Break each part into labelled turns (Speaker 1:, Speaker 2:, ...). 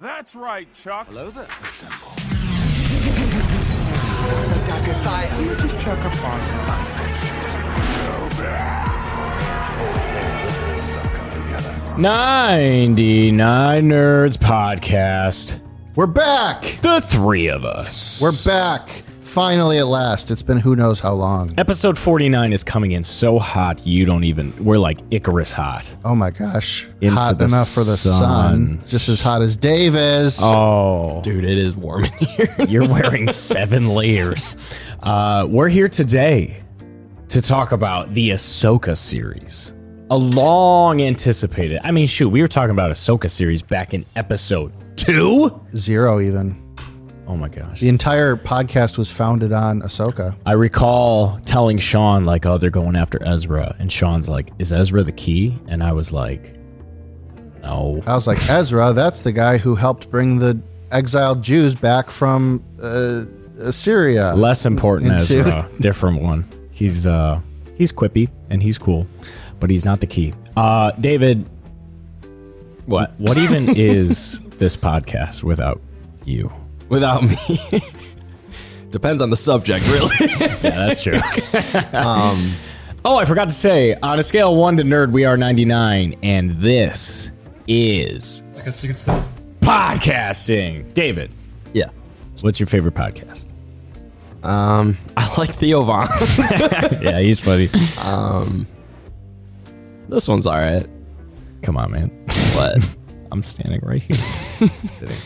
Speaker 1: That's right, Chuck.
Speaker 2: Hello there. Assemble.
Speaker 3: You're just Chuck a fire.
Speaker 4: Ninety Nine Nerds Podcast.
Speaker 5: We're back.
Speaker 4: The three of us.
Speaker 5: We're back. Finally, at last. It's been who knows how long.
Speaker 4: Episode 49 is coming in so hot you don't even. We're like Icarus hot.
Speaker 5: Oh my gosh.
Speaker 4: Into
Speaker 5: hot
Speaker 4: the
Speaker 5: enough for the sun.
Speaker 4: sun.
Speaker 5: Just as hot as Dave is.
Speaker 4: Oh,
Speaker 6: Dude, it is warm in here.
Speaker 4: you're wearing seven layers. Uh, we're here today to talk about the Ahsoka series. A long anticipated. I mean, shoot, we were talking about Ahsoka series back in episode two.
Speaker 5: Zero, even.
Speaker 4: Oh my gosh.
Speaker 5: The entire podcast was founded on Ahsoka.
Speaker 4: I recall telling Sean, like, oh, they're going after Ezra. And Sean's like, is Ezra the key? And I was like, no.
Speaker 5: I was like, Ezra, that's the guy who helped bring the exiled Jews back from uh, Assyria.
Speaker 4: Less important
Speaker 5: Into-
Speaker 4: Ezra. Different one. He's uh he's quippy and he's cool, but he's not the key. Uh David What what even is this podcast without you?
Speaker 6: Without me. Depends on the subject, really.
Speaker 4: Yeah, that's true. oh, I forgot to say, on a scale of one to nerd, we are 99, and this is podcasting. David,
Speaker 6: yeah.
Speaker 4: what's your favorite podcast?
Speaker 6: Um, I like Theo Vaughn.
Speaker 4: yeah, he's funny.
Speaker 6: this one's all right,
Speaker 4: Come on, man.
Speaker 6: but
Speaker 4: I'm standing right here. Sitting.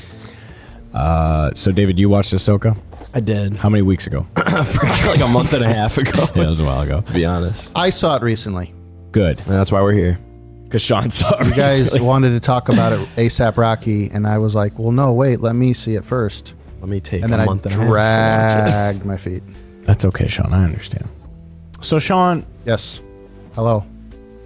Speaker 4: Uh, so, David, you watched Ahsoka?
Speaker 6: I did
Speaker 4: How many weeks ago? yeah,
Speaker 6: like a month and a half ago.
Speaker 4: it was a while ago.
Speaker 6: To be honest,
Speaker 5: I saw it recently.
Speaker 4: Good,
Speaker 6: and that's why we're here.
Speaker 4: because Sean saw it.
Speaker 5: You guys wanted to talk about it ASAP Rocky, and I was like, well, no, wait, let me see it first.
Speaker 6: Let me take
Speaker 5: And then
Speaker 6: a
Speaker 5: I
Speaker 6: month and a half. to watch
Speaker 5: dragged my feet.
Speaker 4: That's okay, Sean. I understand. So, Sean,
Speaker 5: Yes. Hello.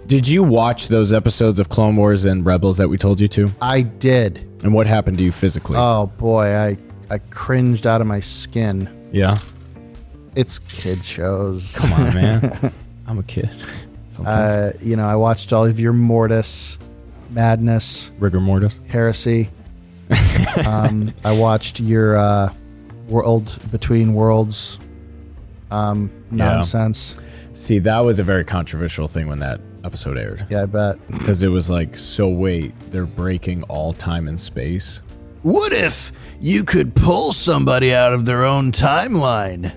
Speaker 4: did you watch those episodes of Clone Wars and Rebels that we told you to?
Speaker 5: I did.
Speaker 4: And what happened to you physically?
Speaker 5: Oh boy, I I cringed out of my skin.
Speaker 4: yeah.
Speaker 5: It's kid shows.
Speaker 4: Come on, man. I'm a kid. Sometimes
Speaker 5: Uh, you know, I watched all of your Mortis, Madness,
Speaker 4: rigor mortis.
Speaker 5: Heresy. um, I watched your uh, World Between Worlds um,
Speaker 4: Yeah.
Speaker 5: nonsense.
Speaker 4: See, that was a very controversial thing when that episode aired
Speaker 5: Yeah, I bet.
Speaker 4: because it was like, so wait, they're breaking all time and space.
Speaker 5: What if you could pull somebody out of their own timeline?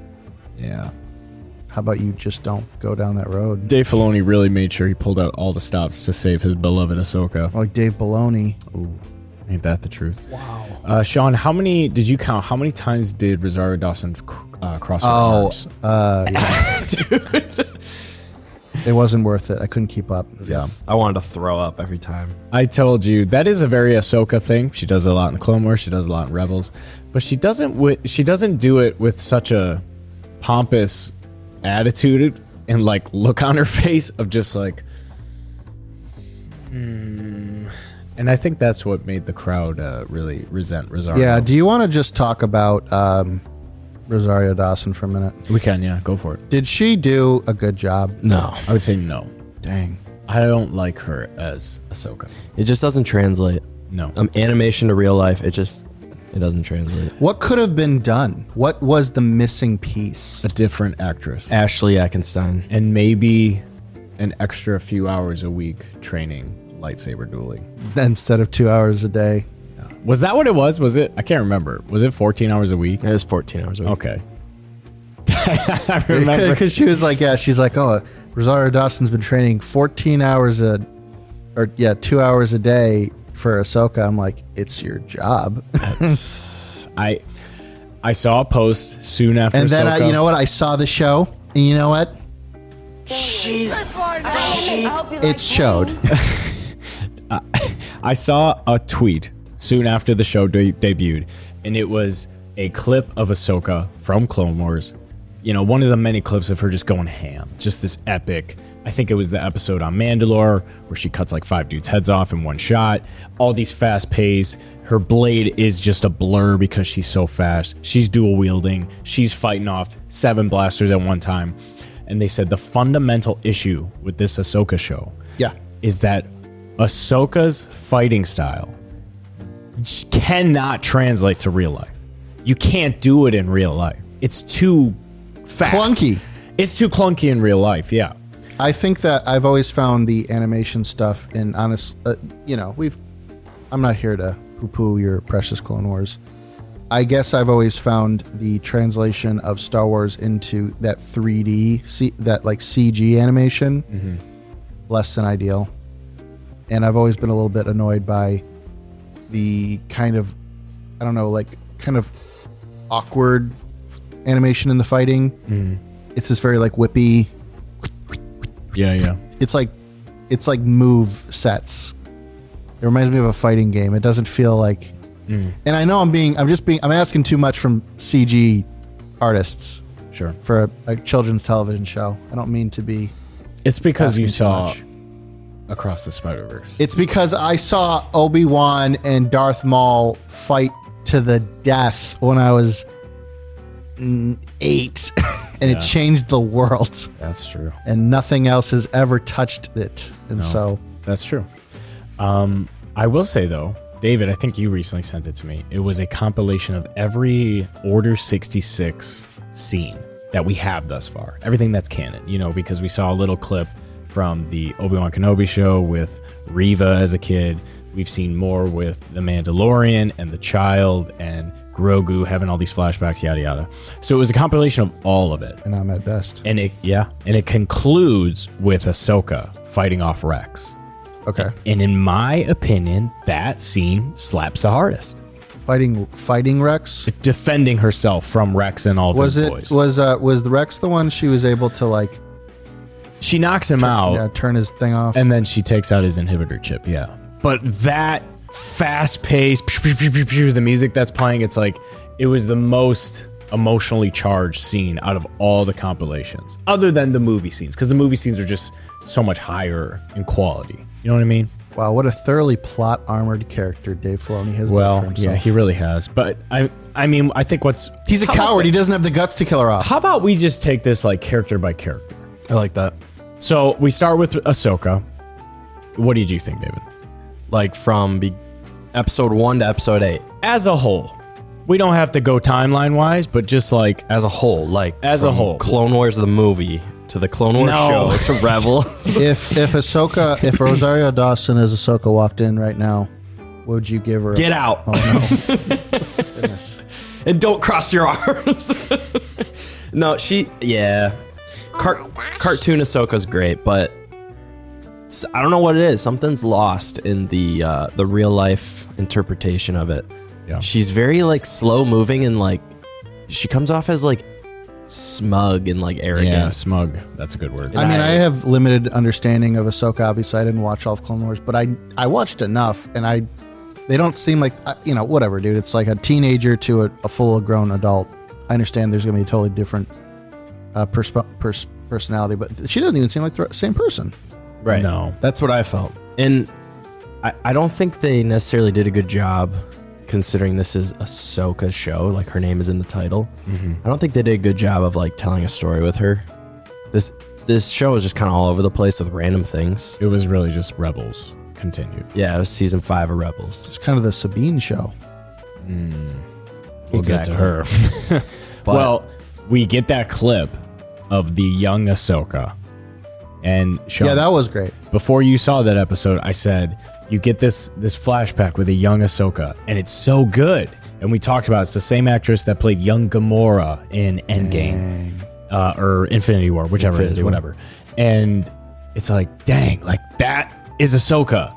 Speaker 4: Yeah.
Speaker 5: How about you just don't go down that road?
Speaker 4: Dave Filoni really made sure he pulled out all the stops to save his beloved Ahsoka.
Speaker 5: Like Dave Baloney.
Speaker 4: Ain't that the truth? Wow. Uh, Sean, how many did you count? How many times did Rosario Dawson cr- uh, cross her
Speaker 6: Oh.
Speaker 4: arms?
Speaker 5: It wasn't worth it. I couldn't keep up.
Speaker 4: Yeah.
Speaker 6: it. I wanted to throw up every time.
Speaker 4: I told you that is a very Ahsoka thing. She does it a lot in Clone Wars. She does it a lot in Rebels, but she doesn't. Wi- she doesn't do it with such a pompous attitude and like look on her face of just like. "Hmm." And I think that's what made the crowd uh, really resent Rosario.
Speaker 5: Yeah. Do you want to just talk about um, Rosario Dawson for a minute?
Speaker 4: we can. Yeah, go for it.
Speaker 5: Did she do a good job?
Speaker 6: No,
Speaker 4: I would say no.
Speaker 5: Dang.
Speaker 4: I don't like her as Ahsoka.
Speaker 6: it just doesn't translate.
Speaker 4: No.
Speaker 6: Um, animation to real life, it just it doesn't translate.
Speaker 5: What could have been done? What was the missing piece?
Speaker 4: a different actress.
Speaker 6: Ashley Eichenstein.
Speaker 4: and maybe an extra few hours a week training lightsaber dueling.
Speaker 5: Instead of two hours a day,
Speaker 4: Was that what it was? Was it? I can't remember. Was it 14 hours a week?
Speaker 6: It was 14 hours. Away.
Speaker 4: Okay. I remember.
Speaker 5: because she was like, yeah, she's like, oh, Rosario Dawson's been training 14 hours a, or yeah, two hours a day for Ahsoka. I'm like, it's your job.
Speaker 4: I I saw a post soon after.
Speaker 5: and then I,
Speaker 4: Ahsoka.
Speaker 5: you know what? I saw the show, and you know what? It showed.
Speaker 4: I saw a tweet soon after the show de- debuted, and it was a clip of Ahsoka from Clone Wars. You know, one of the many clips of her just going ham, just this epic. I think it was the episode on Mandalore where she cuts like five dudes' heads off in one shot. All these fast pace. Her blade is just a blur because she's so fast. She's dual wielding. She's fighting off seven blasters at one time. And they said the fundamental issue with this Ahsoka show
Speaker 5: yeah.
Speaker 4: is that Ahsoka's fighting style just cannot translate to real life. You can't do it in real life. It's too fast.
Speaker 5: Clunky.
Speaker 4: It's too clunky in real life. Yeah.
Speaker 5: I think that I've always found the animation stuff, and honest, uh, you know, we've. I'm not here to poo-poo your precious Clone Wars. I guess I've always found the translation of Star Wars into that 3D, C, that like CG animation, less than ideal. And I've always been a little bit annoyed by the kind of, I don't know, like kind of awkward animation in the fighting. It's this very like whippy,
Speaker 4: Yeah. Yeah.
Speaker 5: it's like it's like move sets. It reminds me of a fighting game. It doesn't feel like and I know I'm being I'm just being I'm asking too much from CG artists
Speaker 4: Sure.
Speaker 5: for a, a children's television show. I don't mean to be
Speaker 4: It's because
Speaker 5: asking
Speaker 4: you
Speaker 5: too
Speaker 4: saw
Speaker 5: much.
Speaker 4: Across the Spider Verse.
Speaker 5: It's because I saw Obi-Wan and Darth Maul fight to the death when I was mm, 8 and it changed the world
Speaker 4: That's true.
Speaker 5: and nothing else has ever touched it. And so
Speaker 4: That's true. Um, I will say though, David, I think you recently sent it to me. It was a compilation of every Order 66 scene that we have thus far. Everything that's canon, you know, because we saw a little clip from the Obi-Wan Kenobi show with Riva as a kid. We've seen more with the Mandalorian and the child and Grogu having all these flashbacks, yada yada. So it was a compilation of all of it.
Speaker 5: and I'm at best.
Speaker 4: And it yeah, and it concludes with Ahsoka fighting off Rex.
Speaker 5: Okay.
Speaker 4: And in my opinion, that scene slaps the hardest.
Speaker 5: Fighting fighting Rex?
Speaker 4: Defending herself from Rex and all of
Speaker 5: was
Speaker 4: his
Speaker 5: it
Speaker 4: boys.
Speaker 5: was uh was the Rex the one she was able to like
Speaker 4: she knocks him out
Speaker 5: yeah, turn his thing off?
Speaker 4: and then she takes out his inhibitor chip. Yeah. But that fast pace, the music that's playing, it's like it was the most emotionally charged scene out of all the compilations, other than the movie scenes, because the movie scenes are just so much higher in quality. You know what I mean?
Speaker 5: wow, what a thoroughly plot armored character Dave Filoni has built for
Speaker 4: Well,
Speaker 5: himself.
Speaker 4: yeah, he really has. But I, I mean, I think what's
Speaker 5: he's a coward. He doesn't have the guts to kill her off.
Speaker 4: How about we just take this like character by character?
Speaker 6: I like that.
Speaker 4: So we start with Ahsoka. What did you think, David?
Speaker 6: Like from be- episode one to episode eight
Speaker 4: As a whole, we don't have to go timeline wise, but just like
Speaker 6: as a whole. Like
Speaker 4: As a
Speaker 6: from
Speaker 4: whole.
Speaker 6: Clone Wars the movie to the Clone Wars
Speaker 4: No.
Speaker 6: show to Rebel.
Speaker 5: if if Ahsoka if Rosario Dawson as Ahsoka walked in right now, would you give her
Speaker 6: Get out and don't cross your arms. no, she yeah. Car- cartoon Ahsoka's great, but s- I don't know what it is. Something's lost in the uh, the real life interpretation of it.
Speaker 4: Yeah.
Speaker 6: She's very like slow moving and like she comes off as like smug and like arrogant.
Speaker 4: yeah, smug. That's a good word.
Speaker 5: I mean, I
Speaker 6: I-
Speaker 5: have limited understanding of Ahsoka. Obviously, I didn't watch all of Clone Wars, but I I watched enough, and I they don't seem like I- you know whatever, dude. It's like a teenager to a, a full grown adult. I understand there's going to be a totally different uh, persp- pers- personality, but she doesn't even seem like the same person.
Speaker 6: Right.
Speaker 4: No.
Speaker 6: That's what I felt. And I, I don't think they necessarily did a good job considering this is Ahsoka's show. Like her name is in the title. I don't think they did a good job of like telling a story with her. This this show is just kind of all over the place with random things.
Speaker 4: it was really just rebels continued.
Speaker 6: Yeah, it was season five of Rebels.
Speaker 5: It's kind of the Sabine show.
Speaker 4: We'll get to her.
Speaker 6: But-
Speaker 4: well, we get that clip of the young Ahsoka, and Sean,
Speaker 5: Yeah, that was great.
Speaker 4: before you saw that episode, I said you get this this flashback with a young Ahsoka, and it's so good. And we talked about it. it's the same actress that played young Gamora in Endgame uh, or Infinity War, whichever it
Speaker 6: Infinity
Speaker 4: is,
Speaker 6: War.
Speaker 4: whatever. And it's like, dang, like that is Ahsoka.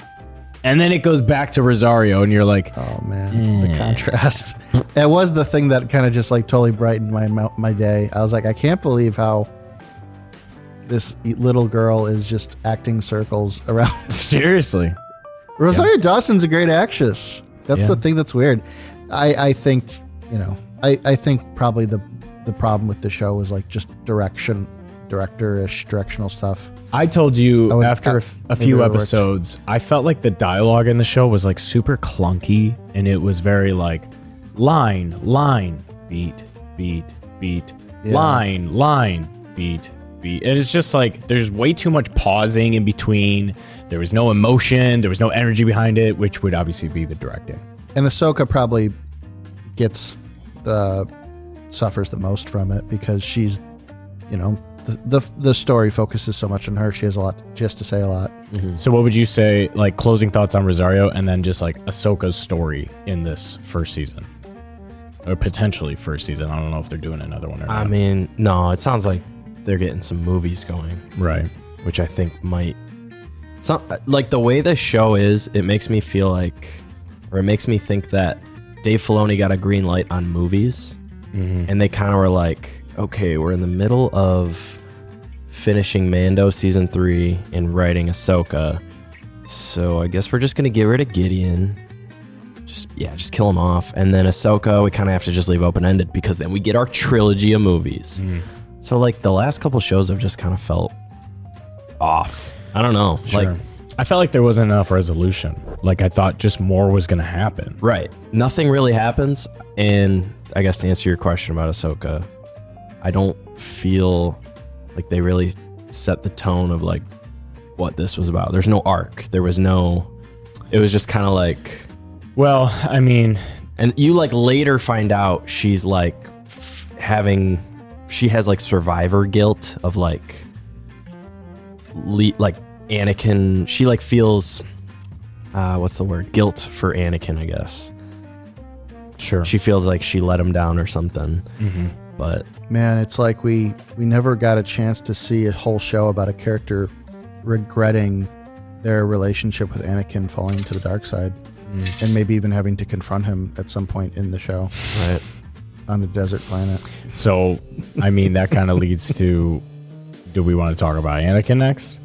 Speaker 4: And then it goes back to Rosario, and you're like,
Speaker 5: Oh man, the contrast. That was the thing that kind of just like totally brightened my mo- my day. I was like, I can't believe how this e-, little girl is just acting circles around.
Speaker 4: seriously,
Speaker 5: Rosario Dawson's a great actress. That's the
Speaker 4: Yeah.
Speaker 5: thing that's weird. I I think you know I I think probably the the problem with the show was like just direction director ish directional stuff.
Speaker 4: I told you
Speaker 5: would-
Speaker 4: after a
Speaker 5: I-
Speaker 4: f- a
Speaker 5: maybe
Speaker 4: few
Speaker 5: it worked.
Speaker 4: episodes, I felt like the dialogue in the show was like super clunky and it was very like line, line, beat, beat, beat, line, line, beat, beat. And it's just like there's way too much pausing in between. There was no emotion, there was no energy behind it, which would obviously be the directing.
Speaker 5: And Ahsoka probably gets the suffers the most from it because she's, you know, the the, the story focuses so much on her. She has a lot, she has to say a lot.
Speaker 4: So, what would you say, like closing thoughts on Rosario, and then just like Ahsoka's story in this first season, or potentially first season? I don't know if they're doing another one or not.
Speaker 6: I mean, no, it sounds like they're getting some movies going,
Speaker 4: right.
Speaker 6: which I think might. Some, like the way the show is, it makes me feel like, or it makes me think that Dave Filoni got a green light on movies, and they kind of were like, okay, we're in the middle of finishing Mando season three and writing Ahsoka, so I guess we're just gonna get rid of Gideon. Just yeah, just kill him off, and then Ahsoka, we kind of have to just leave open ended because then we get our trilogy of movies. So like the last couple shows have just kind of felt off. I don't know.
Speaker 4: Sure.
Speaker 6: Like
Speaker 4: I felt like there wasn't enough resolution. Like I thought just more was going to happen.
Speaker 6: right, nothing really happens. And I guess to answer your question about Ahsoka, I don't feel like they really set the tone of like what this was about. There's no arc. There was no. It was just kind of like,
Speaker 4: Well, I mean,
Speaker 6: and you like later find out she's like f- having, she has like survivor guilt of like, le- like Anakin. She like feels, uh, what's the word? Guilt for Anakin, I guess.
Speaker 4: sure.
Speaker 6: she feels like she let him down or something. But
Speaker 5: Man, it's like we we never got a chance to see a whole show about a character regretting their relationship with Anakin falling to the dark side and maybe even having to confront him at some point in the show
Speaker 6: right,
Speaker 5: on a desert planet.
Speaker 4: So, I mean, that kind of leads to do we want to talk about Anakin next?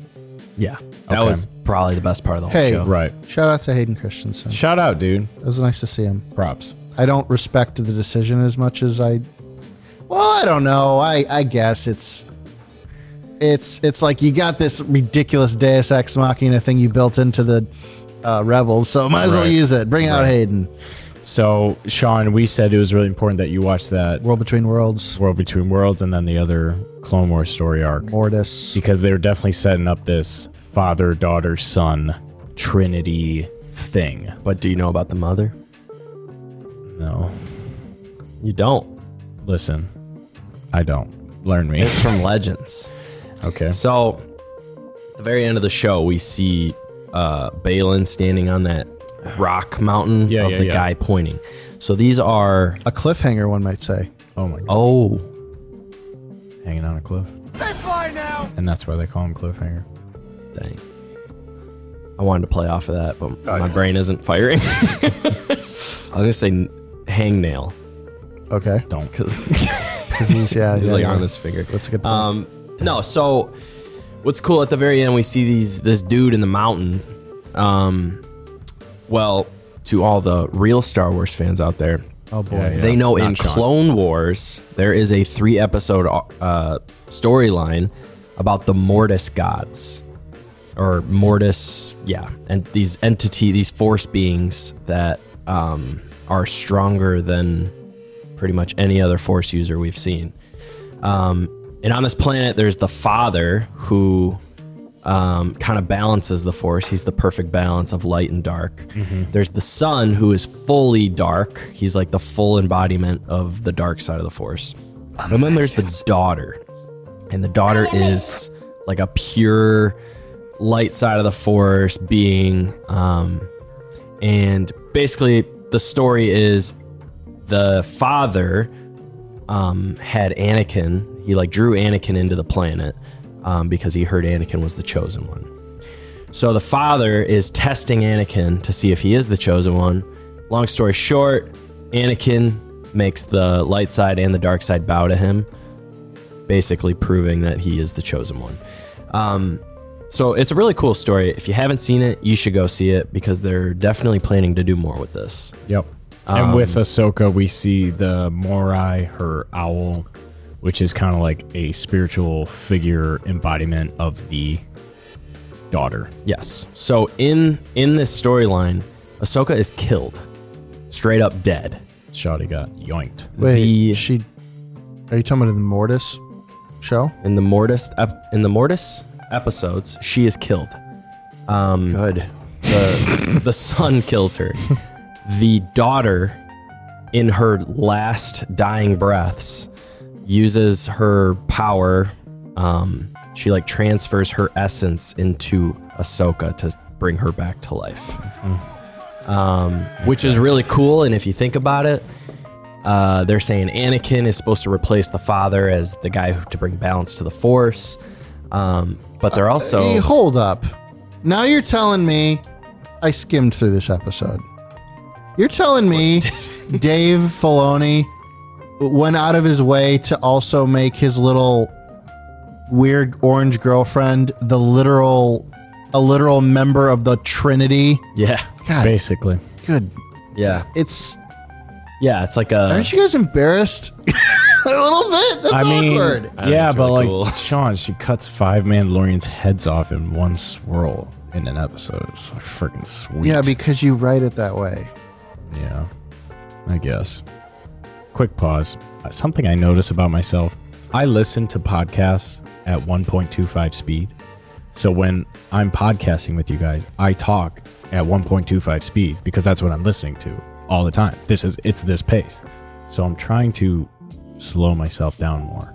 Speaker 6: yeah, that
Speaker 4: Okay.
Speaker 6: was probably the best part of the whole
Speaker 5: Hey.
Speaker 6: show.
Speaker 4: Right.
Speaker 5: Shout out to Hayden Christensen.
Speaker 4: Shout out, dude.
Speaker 5: It was nice to see him.
Speaker 4: Props.
Speaker 5: I don't respect the decision as much as I. Well, I don't know. I I guess it's. It's it's like you got this ridiculous Deus Ex Machina thing you built into the uh, Rebels, so might as well
Speaker 4: Right.
Speaker 5: use it. Bring out Hayden.
Speaker 4: So, Sean, we said it was really important that you watch that
Speaker 5: World Between Worlds,
Speaker 4: World Between Worlds and then the other Clone Wars story arc
Speaker 5: Mortis.
Speaker 4: because they were definitely setting up this father, daughter, son trinity thing.
Speaker 6: But do you know about the mother?
Speaker 4: No,
Speaker 6: You don't.
Speaker 4: listen, I don't. Learn me.
Speaker 6: It's from Legends.
Speaker 4: Okay.
Speaker 6: So, at the very end of the show, we see uh, Balin standing on that rock mountain
Speaker 4: Yeah,
Speaker 6: of
Speaker 4: yeah,
Speaker 6: the
Speaker 4: yeah.
Speaker 6: guy pointing. So these are
Speaker 5: A cliffhanger, one might say.
Speaker 4: Oh my god.
Speaker 6: oh
Speaker 4: Hanging on a cliff. They fly now. And that's why they call him cliffhanger.
Speaker 6: dang. I wanted to play off of that, but my brain isn't firing. I was gonna say n- hangnail
Speaker 5: Okay.
Speaker 4: Don't.
Speaker 6: because.
Speaker 5: He's, yeah,
Speaker 6: He's
Speaker 5: yeah,
Speaker 6: like
Speaker 5: yeah.
Speaker 6: on this finger.
Speaker 5: That's a good point.
Speaker 6: Um, no, so what's cool at the very end, we see these this dude in the mountain. Um, well, to all the real Star Wars fans out there,
Speaker 5: oh, boy.
Speaker 6: they know in
Speaker 4: Sean.
Speaker 6: Clone Wars there is a three episode uh, storyline about the Mortis gods or Mortis, yeah, and these entity, these force beings that um, are stronger than pretty much any other force user we've seen. Um, and on this planet, there's the father who um, kind of balances the force. He's the perfect balance of light and dark. There's the sun who is fully dark. He's like the full embodiment of the dark side of the force. and then there's the daughter, and the daughter is like a pure light side of the force being. Um, and basically, the story is the father um, had Anakin. He like drew Anakin into the planet um, because he heard Anakin was the chosen one. So the father is testing Anakin to see if he is the chosen one. Long story short, Anakin makes the light side and the dark side bow to him, basically proving that he is the chosen one. Um, so it's a really cool story. If you haven't seen it, you should go see it because they're definitely planning to do more with this.
Speaker 4: Yep. and with Ahsoka, we see the Morai, her owl, which is kind of like a spiritual figure embodiment of the daughter.
Speaker 6: Yes. So in in this storyline, Ahsoka is killed, straight up dead.
Speaker 4: Shawty got yoinked.
Speaker 5: Wait,
Speaker 6: the-
Speaker 5: she. Are you talking about in the Mortis show?
Speaker 6: In the Mortis ep- in the Mortis episodes, she is killed.
Speaker 5: Good.
Speaker 6: The the son kills her. the daughter in her last dying breaths uses her power um she like transfers her essence into Ahsoka to bring her back to life um which is really cool and if you think about it uh, they're saying Anakin is supposed to replace the father as the guy who, to bring balance to the Force, um, but they're also
Speaker 5: Hey, hold up. Now you're telling me I skimmed through this episode. You're telling me Dave Filoni went out of his way to also make his little weird orange girlfriend the literal a literal member of the Trinity.
Speaker 6: yeah, God,
Speaker 4: Basically,
Speaker 5: Good.
Speaker 6: yeah,
Speaker 5: It's
Speaker 6: yeah. It's like a
Speaker 5: aren't you guys embarrassed? a little bit. That's
Speaker 4: I mean,
Speaker 5: awkward.
Speaker 6: I know,
Speaker 4: yeah,
Speaker 6: it's
Speaker 4: but
Speaker 6: really
Speaker 4: like
Speaker 6: cool.
Speaker 4: Sean, she cuts five Mandalorians' heads off in one swirl in an episode. It's like freaking sweet.
Speaker 5: Yeah, because you write it that way.
Speaker 4: Yeah, I guess. Quick pause. Uh, Something I notice about myself I listen to podcasts at 1.25 speed. So when I'm podcasting with you guys, I talk at 1.25 speed because that's what I'm listening to all the time. This is it's this pace. So I'm trying to slow myself down more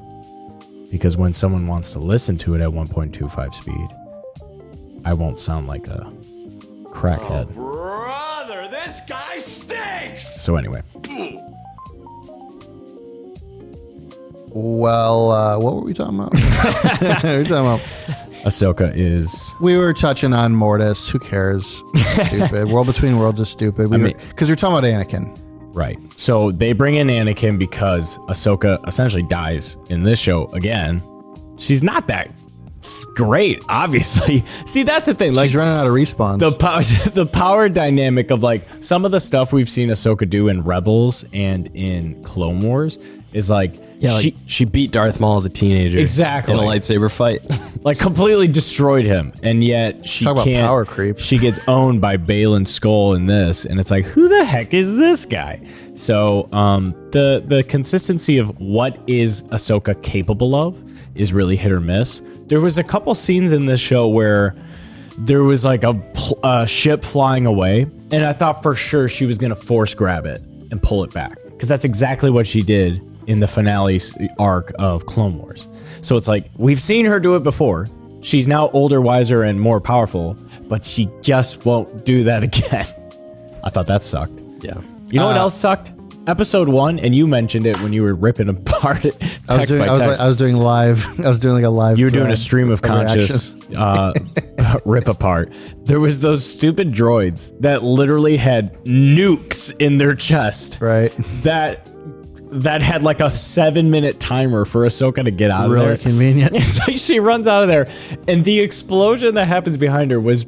Speaker 4: because when someone wants to listen to it at 1.25 speed, I won't sound like a crackhead.
Speaker 1: Brother, this guy stinks!
Speaker 4: So anyway,
Speaker 5: Well, uh, what were we talking about? we were talking about
Speaker 4: Ahsoka is
Speaker 5: We were touching on Mortis. Who cares? It's stupid. World Between Worlds is stupid. We
Speaker 4: mean-
Speaker 5: because we are talking about Anakin.
Speaker 4: Right. So they bring in Anakin because Ahsoka essentially dies in this show again. She's not that s- great, obviously. See, that's the thing. Like
Speaker 5: He's running out of respawns.
Speaker 4: the power, the power dynamic of like some of the stuff we've seen Ahsoka do in Rebels and in Clone Wars is like
Speaker 6: yeah. Like,
Speaker 4: she
Speaker 6: she she beat Darth Maul as a teenager
Speaker 4: Exactly.
Speaker 6: in a lightsaber fight.
Speaker 4: like completely destroyed him, and yet she
Speaker 5: Talk about
Speaker 4: can't.
Speaker 5: power creep.
Speaker 4: She gets owned by Balin Skull in this, and it's like, who the heck is this guy? So, um, the the consistency of what is Ahsoka capable of is really hit or miss. There was a couple scenes in this show where there was like a, pl- a ship flying away, and I thought for sure she was gonna force grab it and pull it back because that's exactly what she did in the finale s- arc of Clone Wars. So it's like we've seen her do it before. She's now older, wiser, and more powerful, but she just won't do that again. I thought that sucked.
Speaker 6: yeah,
Speaker 4: You know what
Speaker 5: Uh,
Speaker 4: else sucked? Episode one, and you mentioned it when you were ripping apart it text
Speaker 5: I was, doing,
Speaker 4: by
Speaker 5: I, was
Speaker 4: text.
Speaker 5: like, I was doing live. I was doing like a live.
Speaker 4: You were doing a
Speaker 5: thread
Speaker 4: stream of conscious
Speaker 5: reactions.
Speaker 4: uh, rip apart. There was those stupid droids that literally had nukes in their chest.
Speaker 5: right?
Speaker 4: That that had like a seven minute timer for Ahsoka to get out of
Speaker 5: Really
Speaker 4: there.
Speaker 5: convenient.
Speaker 4: It's like she runs out of there, and the explosion that happens behind her was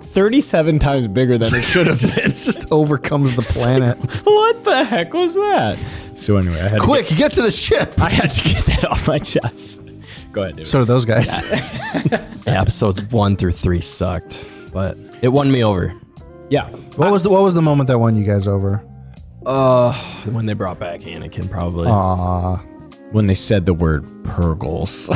Speaker 4: 37 times bigger than it should have been.
Speaker 5: it just overcomes the planet.
Speaker 4: what the heck was that? So anyway, I had to
Speaker 5: Quick, get to the ship.
Speaker 4: get, I had to get that off my chest. Go ahead, dude.
Speaker 5: So do those guys.
Speaker 6: Yeah, episodes one through three sucked, but it won me over
Speaker 4: yeah,
Speaker 5: what was the What was the moment that won you guys over?
Speaker 6: when they brought back Anakin. Probably
Speaker 4: when they said the word purgles.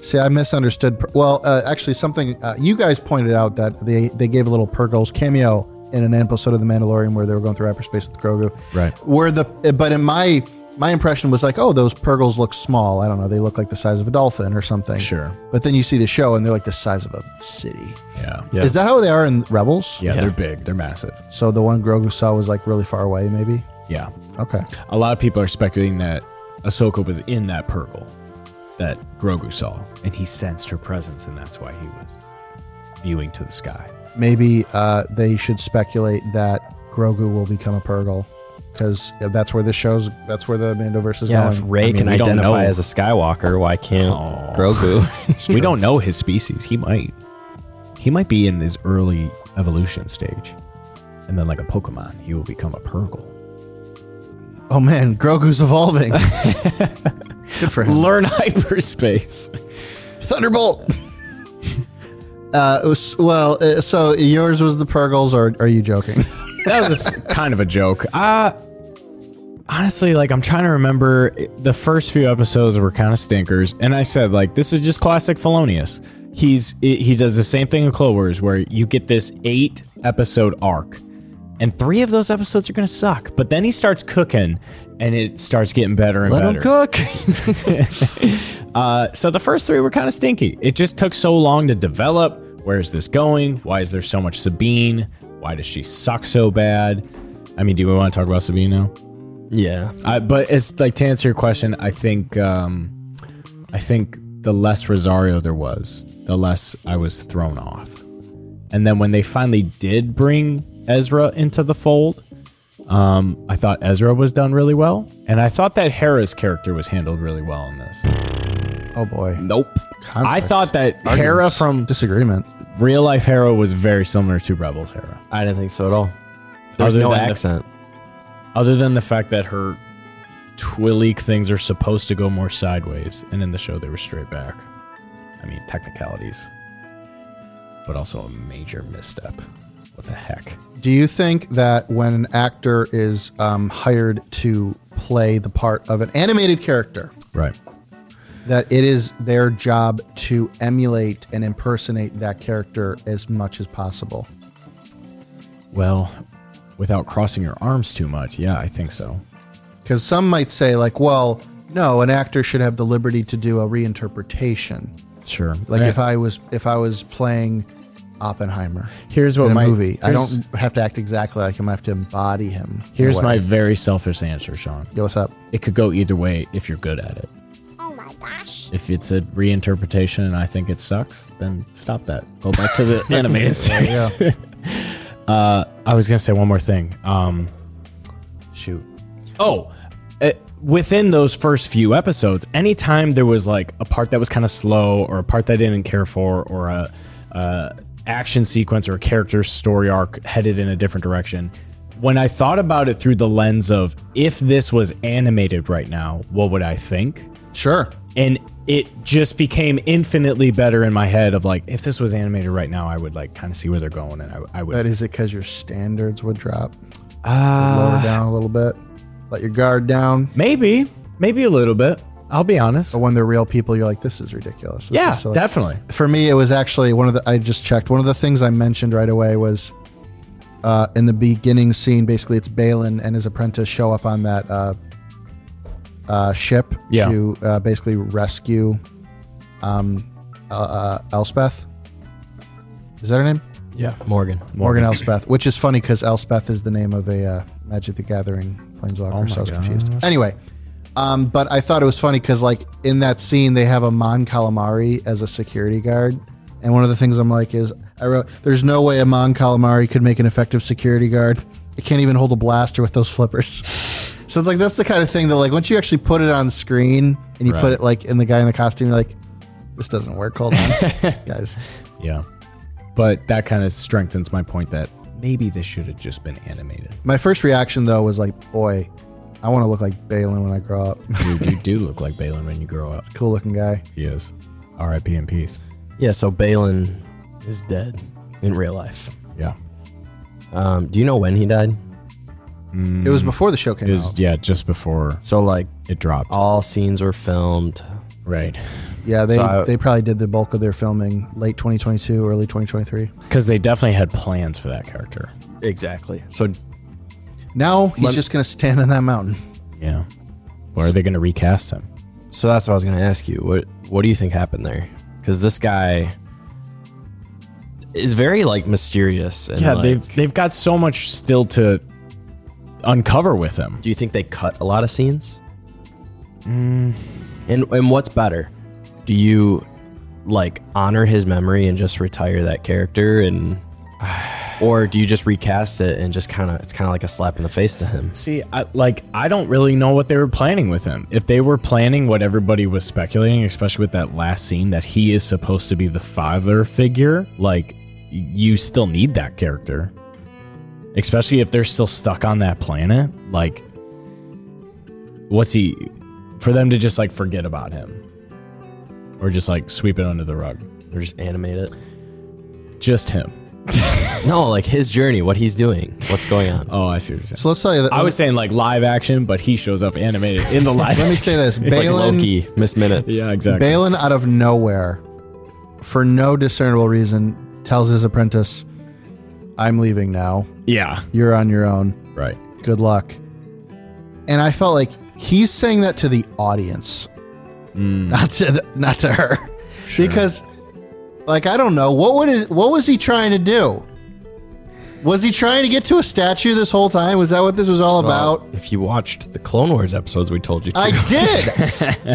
Speaker 5: See, I misunderstood. Pur- Well, uh, actually, something uh, you guys pointed out that they they gave a little Purgles cameo in an episode of The Mandalorian where they were going through hyperspace with Grogu.
Speaker 4: Right.
Speaker 5: Where the eh, but in my my impression was like, oh, those Purgles look small. I don't know, they look like the size of a dolphin or something.
Speaker 4: Sure.
Speaker 5: But then you see the show and they're like the size of a city.
Speaker 4: yeah.
Speaker 6: Yeah.
Speaker 5: Is that how they are in Rebels?
Speaker 4: Yeah, they're big. They're massive.
Speaker 5: So the one Grogu saw was like really far away, maybe.
Speaker 4: Yeah.
Speaker 5: Okay.
Speaker 4: A lot of people are speculating that Ahsoka was in that purgle that Grogu saw, and he sensed her presence, and that's why he was viewing to the sky.
Speaker 5: Maybe uh, they should speculate that Grogu will become a Purgle. Because that's where the show's, that's where the Mandoverse is
Speaker 6: yeah.
Speaker 5: going.
Speaker 6: If Ray
Speaker 4: I mean,
Speaker 6: can
Speaker 4: we don't
Speaker 6: identify
Speaker 4: know.
Speaker 6: as a Skywalker, why can't
Speaker 4: Aw.
Speaker 6: Grogu?
Speaker 4: we don't know his species. He might. He might be in his early evolution stage. And then, like a Pokemon, he will become a Purgle.
Speaker 5: Oh man, Grogu's evolving. Good for him.
Speaker 4: Learn hyperspace.
Speaker 5: Thunderbolt. uh, it was- well, uh, so yours was the Purgles, or are you joking?
Speaker 4: that was a s- kind of a joke. Uh, honestly, like I'm trying to remember the first few episodes were kind of stinkers, and I said like this is just classic Felonious. he's he does the same thing in Clone Wars where you get this eight episode arc, and three of those episodes are gonna suck. But then he starts cooking, and it starts getting better and
Speaker 6: Let
Speaker 4: better.
Speaker 6: him cook.
Speaker 4: Uh, so the first three were kind of stinky. It just took so long to develop. Where is this going? Why is there so much Sabine? Why does she suck so bad? I mean, do we want to talk about Sabine now?
Speaker 6: yeah.
Speaker 4: I, but it's like to answer your question, I think um, I think the less Rosario there was, the less I was thrown off. And then when they finally did bring Ezra into the fold, um, I thought Ezra was done really well, and I thought that Hera's character was handled really well in this.
Speaker 5: Oh boy.
Speaker 4: Nope. I
Speaker 5: Conflicts,
Speaker 4: thought that Hera
Speaker 5: arguments,
Speaker 4: from
Speaker 5: disagreement.
Speaker 4: real life Hera was very similar to Rebels Hera,
Speaker 6: I didn't think so at all. There's
Speaker 4: Other
Speaker 6: no
Speaker 4: than-
Speaker 6: accent.
Speaker 4: other than the fact that her twillique things are supposed to go more sideways, and in the show they were straight back. I mean, technicalities, but also a major misstep. What the heck?
Speaker 5: Do you think that when an actor is um, hired to play the part of an animated character,
Speaker 4: Right.
Speaker 5: that it is their job to emulate and impersonate that character as much as possible?
Speaker 4: Well, without crossing your arms too much, yeah, I think so.
Speaker 5: Because some might say, like, well, no, an actor should have the liberty to do a reinterpretation.
Speaker 4: Sure.
Speaker 5: Like if I was if I was playing Oppenheimer
Speaker 4: here's what
Speaker 5: in a
Speaker 4: my
Speaker 5: movie, I
Speaker 4: here's-
Speaker 5: don't have to act exactly like him. I have to embody him. in a
Speaker 4: Here's
Speaker 5: way.
Speaker 4: my very selfish answer, Sean.
Speaker 5: Yo, what's up?
Speaker 4: It could go either way if you're good at it.
Speaker 2: Oh my gosh.
Speaker 4: If it's a reinterpretation and I think it sucks, then stop that. Go back to the animated series. uh, I was gonna say one more thing. Um, Shoot. Oh, uh, within those first few episodes, anytime there was like a part that was kind of slow, or a part that I didn't care for, or a, a action sequence or a character story arc headed in a different direction, when I thought about it through the lens of if this was animated right now, what would I think?
Speaker 5: Sure.
Speaker 4: and it just became infinitely better in my head of like if this was animated right now i would like kind of see where they're going and i, I would
Speaker 5: But is it because your standards would drop? Uh, Lower down a little bit. Let your guard down.
Speaker 4: maybe maybe a little bit i'll be honest
Speaker 5: But when they're real people, you're like, this is ridiculous. This
Speaker 4: yeah
Speaker 5: is silly.
Speaker 4: definitely
Speaker 5: For me, it was actually one of the, I just checked. One of the things I mentioned right away was uh, in the beginning scene, basically, it's Balin and his apprentice show up on that uh, uh, ship
Speaker 4: Yeah.
Speaker 5: to uh, basically rescue um, uh, uh, Elspeth. Is that her name?
Speaker 6: Yeah. Morgan.
Speaker 5: Morgan Elspeth, which is funny because Elspeth is the name of a uh, Magic the Gathering planeswalker, so I was confused. Anyway, um, but I thought it was funny because, like, in that scene, they have a Mon Calamari as a security guard. And one of the things I'm like is, I wrote, there's no way a Mon Calamari could make an effective security guard. It can't even hold a blaster with those flippers. so it's like, that's the kind of thing that, like, once you actually put it on screen and you put
Speaker 4: Right.
Speaker 5: it, like, in the guy in the costume, you're like, this doesn't work. Hold on, guys.
Speaker 4: yeah but that kind of strengthens my point that maybe this should have just been animated
Speaker 5: My first reaction though was like, boy, I want to look like Balin when I grow up.
Speaker 4: you, you do look like balin when you grow up
Speaker 5: cool looking guy.
Speaker 4: he is rip in peace
Speaker 6: Yeah. So Balin is dead in real life.
Speaker 4: yeah
Speaker 6: Um, do you know when he died?
Speaker 5: It was before the show came
Speaker 4: it was
Speaker 5: out.
Speaker 4: yeah just before
Speaker 6: So like
Speaker 4: it dropped
Speaker 6: all scenes were filmed.
Speaker 4: right
Speaker 5: Yeah, they
Speaker 6: so I-
Speaker 5: they probably did the bulk of their filming late 2022, early 2023.
Speaker 4: because they definitely had plans for that character
Speaker 6: Exactly. So
Speaker 5: Now he's just gonna stand on that mountain.
Speaker 4: yeah or are they going to recast him
Speaker 6: so that's what I was gonna ask you. What what do you think happened there? Because this guy is very like mysterious. And,
Speaker 4: Yeah,
Speaker 6: like,
Speaker 4: they've they've got so much still to uncover with him.
Speaker 6: Do you think they cut a lot of scenes?
Speaker 4: Mm.
Speaker 6: And and what's better? Do you like honor his memory and just retire that character and or do you just recast it and just kind of it's kind of like a slap in the face to him?
Speaker 4: See, I, like I don't really know what they were planning with him. If they were planning what everybody was speculating, especially with that last scene that he is supposed to be the father figure, like y- you still need that character. Especially if they're still stuck on that planet, like what's he for them to just like forget about him or just like sweep it under the rug.
Speaker 6: Or just animate it?
Speaker 4: Just him.
Speaker 6: No, like his journey, what he's doing, what's going on.
Speaker 4: Oh, I see what you're saying.
Speaker 5: So let's tell you that
Speaker 4: I was saying like live action, but he shows up animated in the live.
Speaker 5: let me say this.
Speaker 6: It's like
Speaker 5: Balin
Speaker 6: Loki, Miss Minutes.
Speaker 4: yeah, exactly.
Speaker 5: Balin out of nowhere for no discernible reason, tells his apprentice, I'm leaving now.
Speaker 4: Yeah.
Speaker 5: You're on your own.
Speaker 4: Right.
Speaker 5: Good luck. And I felt like he's saying that to the audience,
Speaker 6: Mm.
Speaker 5: not to the, not to her, because, like, I don't know what would it, what was he trying to do? Was he trying to get to a statue this whole time? Was that what this was all about?
Speaker 6: Well, if you watched the Clone Wars episodes we told you to.
Speaker 5: I did.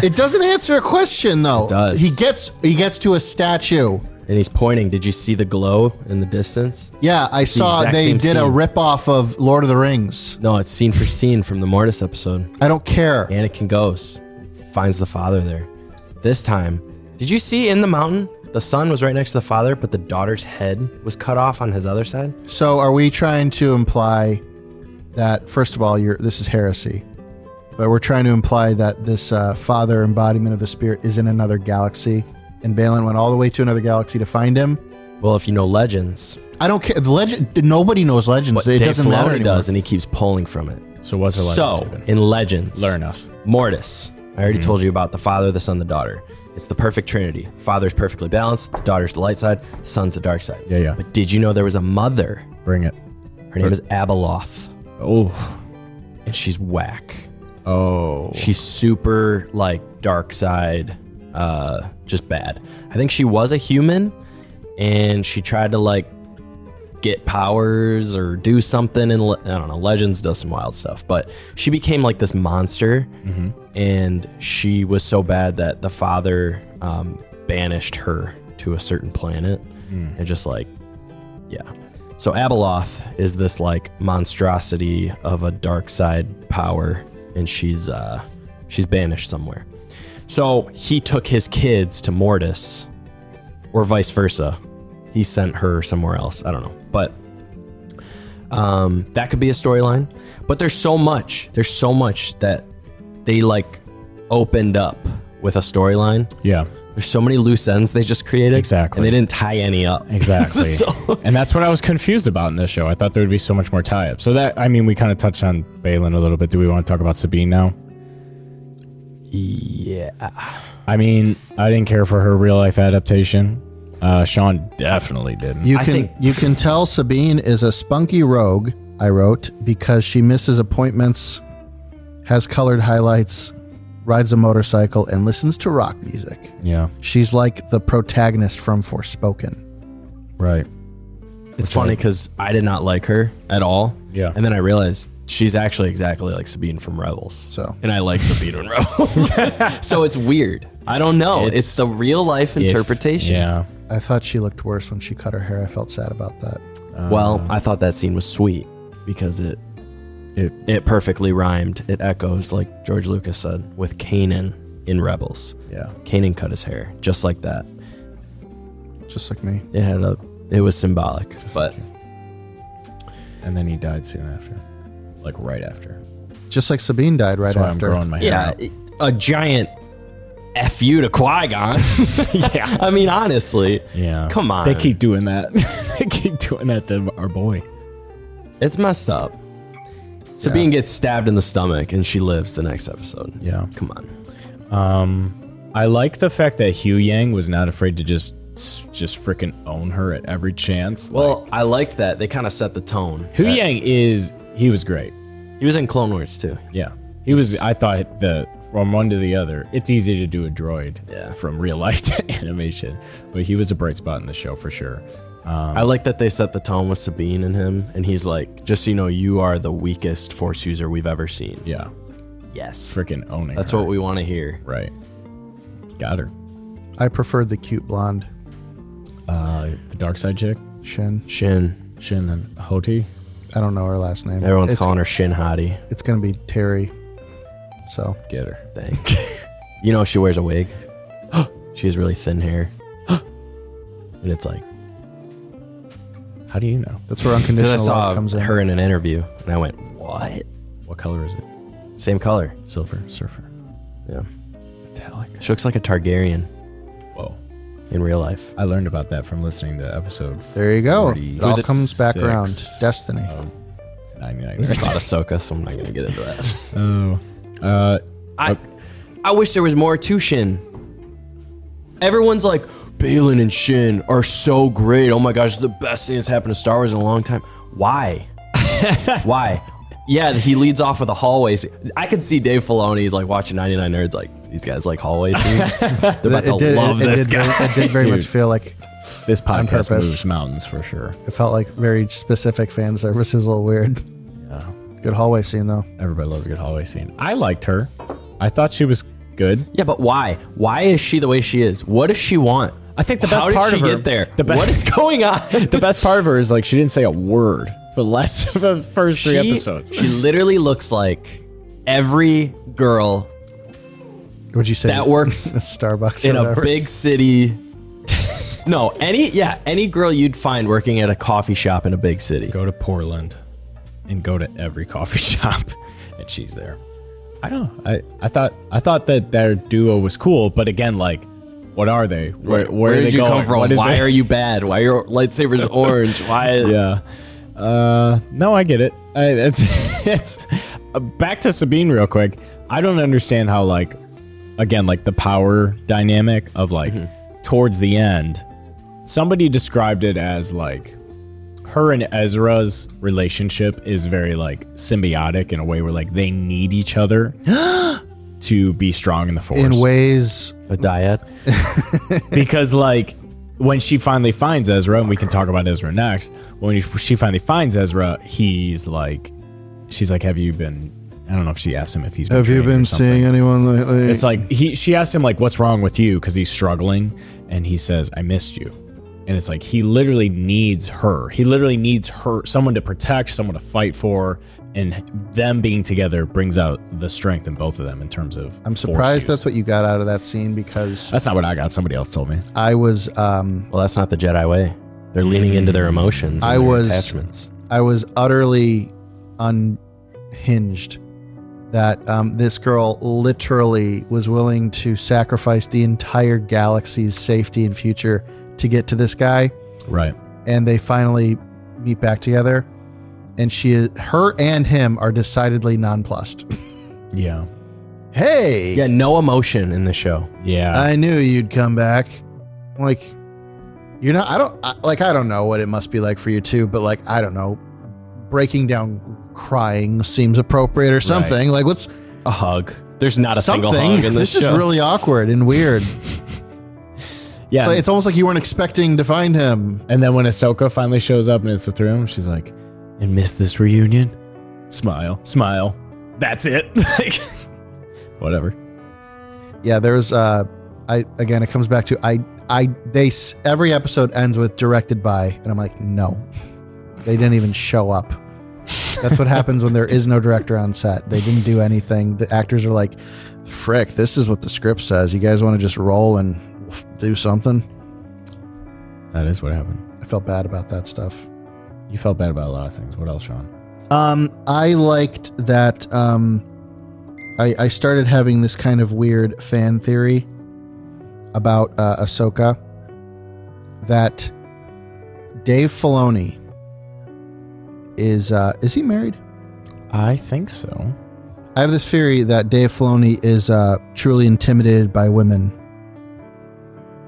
Speaker 5: it doesn't answer a question though. It
Speaker 6: does.
Speaker 5: He gets he gets to a statue.
Speaker 6: and he's pointing. Did you see the glow in the distance?
Speaker 5: Yeah, I saw
Speaker 6: exact
Speaker 5: they
Speaker 6: same
Speaker 5: did a
Speaker 6: scene.
Speaker 5: ripoff of Lord of the Rings.
Speaker 6: No, it's scene for scene from the Mortis episode.
Speaker 5: I don't care.
Speaker 6: Anakin goes, finds the father there. This time, did you see in the mountain? The son was right next to the father, but the daughter's head was cut off on his other side.
Speaker 5: So are we trying to imply that first of all, you're this is heresy. But we're trying to imply that this uh, father embodiment of the spirit is in another galaxy, and Balin went all the way to another galaxy to find him.
Speaker 6: Well, if you know legends,
Speaker 5: I don't care. The legend. Nobody knows legends.
Speaker 6: but
Speaker 5: it
Speaker 6: Dave
Speaker 5: doesn't
Speaker 6: Filoni
Speaker 5: matter anymore.
Speaker 6: does, and he keeps pulling from it.
Speaker 4: So what's a legend?
Speaker 6: so,
Speaker 4: Steven?
Speaker 6: in legends,
Speaker 4: learn us.
Speaker 6: Mortis. I
Speaker 4: Mm-hmm.
Speaker 6: already told you about the father, the son, the daughter. It's the perfect trinity. Father's perfectly balanced. The daughter's the light side. The son's the dark side.
Speaker 4: Yeah, yeah.
Speaker 6: But did you know there was a mother?
Speaker 4: Bring it.
Speaker 6: Her name is Abeloth,
Speaker 4: Oh.
Speaker 6: and she's whack.
Speaker 4: Oh.
Speaker 6: She's super like dark side, uh, just bad. I think she was a human, and she tried to like get powers or do something. And I don't know, Legends does some wild stuff, but she became like this monster, and she was so bad that the father um, banished her to a certain planet, and just like yeah. So Abeloth is this like monstrosity of a dark side power, and she's uh she's banished somewhere. So he took his kids to Mortis, or vice versa. He sent her somewhere else. I don't know. But um that could be a storyline. But there's so much. There's so much that they like opened up with a storyline.
Speaker 4: Yeah.
Speaker 6: There's so many loose ends they just created.
Speaker 4: Exactly.
Speaker 6: And they didn't tie any up.
Speaker 4: Exactly.
Speaker 6: So-
Speaker 4: and that's what I was confused about in this show. I thought there would be so much more tie up. So that I mean we kind of touched on Balin a little bit. Do we want to talk about Sabine now?
Speaker 6: Yeah.
Speaker 4: I mean, I didn't care for her real life adaptation. Uh, Sean definitely didn't.
Speaker 5: You
Speaker 6: I
Speaker 5: can
Speaker 6: think-
Speaker 5: you can tell Sabine is a spunky rogue. I wrote because she misses appointments, has colored highlights, rides a motorcycle, and listens to rock music.
Speaker 4: yeah.
Speaker 5: She's like the protagonist from Forspoken.
Speaker 4: Right.
Speaker 6: It's funny because I did not like her at all.
Speaker 4: Yeah.
Speaker 6: And then I realized she's actually exactly like Sabine from Rebels.
Speaker 5: So
Speaker 6: And I like Sabine from Rebels. so it's weird. I don't know. It's,
Speaker 4: It's-
Speaker 6: the real life interpretation.
Speaker 4: Yeah.
Speaker 5: I thought she looked worse when she cut her hair. I felt sad about that.
Speaker 6: Well, I thought that scene was sweet because it
Speaker 4: It-
Speaker 6: it perfectly rhymed. It echoes, like George Lucas said, with Kanan in Rebels.
Speaker 4: Yeah.
Speaker 6: Kanan cut his hair just like that.
Speaker 5: Just like me.
Speaker 6: It had a it was symbolic. but
Speaker 4: And then he died soon after, like right after.
Speaker 5: Just like Sabine died right
Speaker 4: That's why I'm
Speaker 5: after.
Speaker 4: growing my hair.
Speaker 6: Yeah,
Speaker 4: out.
Speaker 6: it- a giant F you to Qui Gon. yeah. I mean, honestly,
Speaker 4: Yeah.
Speaker 6: Come on.
Speaker 4: They keep doing that. they keep doing that to our boy.
Speaker 6: it's messed up. Sabine gets stabbed in the stomach and she lives the next episode.
Speaker 4: Yeah.
Speaker 6: Come on.
Speaker 4: I like the fact that Hugh Yang was not afraid to just just freaking own her at every chance.
Speaker 6: Well, I liked that. They kind of set the tone.
Speaker 4: Hugh
Speaker 6: That-
Speaker 4: Yang is he was great.
Speaker 6: He was in Clone Wars too.
Speaker 4: Yeah. He was I thought the from one to the other, it's easy to do a droid
Speaker 6: Yeah.
Speaker 4: from real life to animation. But he was a bright spot in the show for sure.
Speaker 6: I like that they set the tone with Sabine and him. And he's like, just so you know, you are the weakest Force user we've ever seen.
Speaker 4: Yeah.
Speaker 6: Yes.
Speaker 4: Freaking owning
Speaker 6: That's
Speaker 4: her.
Speaker 6: what we want to hear.
Speaker 4: right. Got her.
Speaker 5: I preferred the cute blonde
Speaker 4: Uh the dark side chick,
Speaker 5: Shin.
Speaker 6: Shin.
Speaker 4: Shin and Hoti.
Speaker 5: I don't know her last name.
Speaker 6: Everyone's
Speaker 5: it's,
Speaker 6: calling her Shin Hottie.
Speaker 5: It's gonna be Terry. So
Speaker 4: Get her.
Speaker 6: thing. you know, she wears a wig. she has really thin hair. and it's like,
Speaker 4: How do you know?
Speaker 5: that's where
Speaker 6: because I
Speaker 5: unconditional
Speaker 6: saw
Speaker 5: love comes in.
Speaker 6: her in an interview and I went, what?
Speaker 4: What color is it?
Speaker 6: Same color.
Speaker 4: Silver, surfer,
Speaker 6: Yeah.
Speaker 4: metallic.
Speaker 6: She looks like a Targaryen
Speaker 4: Whoa.
Speaker 6: in real life.
Speaker 4: I learned about that from listening to episode
Speaker 5: There you go. It all
Speaker 4: 46.
Speaker 5: comes back around. Destiny.
Speaker 4: 99.
Speaker 6: It's about Ahsoka, so I'm not going to get into that.
Speaker 4: Oh. Uh,
Speaker 6: I, I wish there was more to Shin. Everyone's like, Balin and Shin are so great. Oh my gosh, the best thing that's happened to Star Wars in a long time. Why? Why? Yeah, he leads off with a hallway. scene. I could see Dave Filoni. He's like watching 99 Nerds. Like these guys like hallway scenes. They're about to love this
Speaker 5: did,
Speaker 6: guy.
Speaker 5: Very, it did very
Speaker 4: Dude.
Speaker 5: much feel like
Speaker 4: This podcast
Speaker 5: purpose.
Speaker 4: moves mountains for sure.
Speaker 5: it felt like very specific fan service. It was a little weird. Good hallway scene though.
Speaker 4: Everybody loves a good hallway scene. I liked her. I thought she was good.
Speaker 6: Yeah, but why? Why is she the way she is? What does she want?
Speaker 4: I think the best
Speaker 6: How did
Speaker 4: part
Speaker 6: she
Speaker 4: of her-
Speaker 6: get there?
Speaker 4: the best-
Speaker 6: what is going on?
Speaker 4: The best part of her is like she didn't say a word for less of the first three
Speaker 6: she,
Speaker 4: episodes.
Speaker 6: She literally looks like every girl
Speaker 5: Would you say
Speaker 6: that works
Speaker 5: at Starbucks
Speaker 6: in
Speaker 5: or
Speaker 6: a
Speaker 5: whatever?
Speaker 6: big city. no, any yeah, any girl you'd find working at a coffee shop in a big city.
Speaker 4: go to Portland and go to every coffee shop and she's there. I don't know. I, I thought I thought that their duo was cool, but again, like, what are they? Where, where, are
Speaker 6: did
Speaker 4: they
Speaker 6: you
Speaker 4: going?
Speaker 6: come from?
Speaker 4: What is
Speaker 6: Why
Speaker 4: their-
Speaker 6: are you bad? Why are your lightsabers orange? Why?
Speaker 4: yeah. Uh, no, I get it. I, it's it's uh, back to Sabine real quick. I don't understand how like again like the power dynamic of like towards the end. Somebody described it as like her and Ezra's relationship is very like symbiotic in a way where like they need each other to be strong in the force
Speaker 5: in ways
Speaker 6: A diet.
Speaker 4: because like when she finally finds Ezra, and we can talk about Ezra next. When she finally finds Ezra, he's like, she's like, "Have you been?" I don't know if she asked him if he's. Been
Speaker 5: have you
Speaker 4: trained or
Speaker 5: been
Speaker 4: something.
Speaker 5: seeing anyone lately?
Speaker 4: It's like he. She asked him like, "What's wrong with you?" Because he's struggling, and he says, "I missed you." And it's like he literally needs her. He literally needs her, someone to protect, someone to fight for, and them being together brings out the strength in both of them in terms of.
Speaker 5: I'm surprised that's what you got out of that scene because
Speaker 4: That's not what I got. Somebody else told me.
Speaker 5: I was um
Speaker 6: Well, that's not the Jedi way. They're leaning into their emotions. and
Speaker 5: I
Speaker 6: their
Speaker 5: was-
Speaker 6: attachments.
Speaker 5: I was utterly unhinged that um, this girl literally was willing to sacrifice the entire galaxy's safety and future to get to this guy,
Speaker 4: Right.
Speaker 5: and they finally meet back together. And she, is, her, and him are decidedly nonplussed.
Speaker 4: Yeah.
Speaker 5: hey,
Speaker 6: Yeah, no emotion in the show.
Speaker 4: Yeah.
Speaker 6: Oh.
Speaker 5: I knew you'd come back. Like, you're not. I don't I, like. I don't know what it must be like for you too, but like, I don't know. Breaking down, crying seems appropriate or something. Like, what's
Speaker 6: A hug. There's not a
Speaker 5: something?
Speaker 6: single hug in this,
Speaker 5: this is
Speaker 6: show.
Speaker 5: really awkward and weird.
Speaker 4: yeah.
Speaker 5: It's, like, it's almost like you weren't expecting to find him.
Speaker 4: And then when Ahsoka finally shows up and it's the three of them, she's like, and miss this reunion? Smile, smile. That's it. like, whatever.
Speaker 5: Yeah, there's. Uh, I again, it comes back to I. I they s- every episode ends with directed by, and I'm like, no, they didn't even show up. That's what happens when there is no director on set. They didn't do anything. The actors are like, frick, this is what the script says. You guys want to just roll and do something?
Speaker 4: That is what happened.
Speaker 5: I felt bad about that stuff.
Speaker 4: You felt bad about a lot of things. What else, Sean?
Speaker 5: Um, I liked that. Um, I, I started having this kind of weird fan theory about uh, Ahsoka that Dave Filoni is uh, is he married?
Speaker 4: I think so.
Speaker 5: I have this theory that Dave Filoni is uh, truly intimidated by women.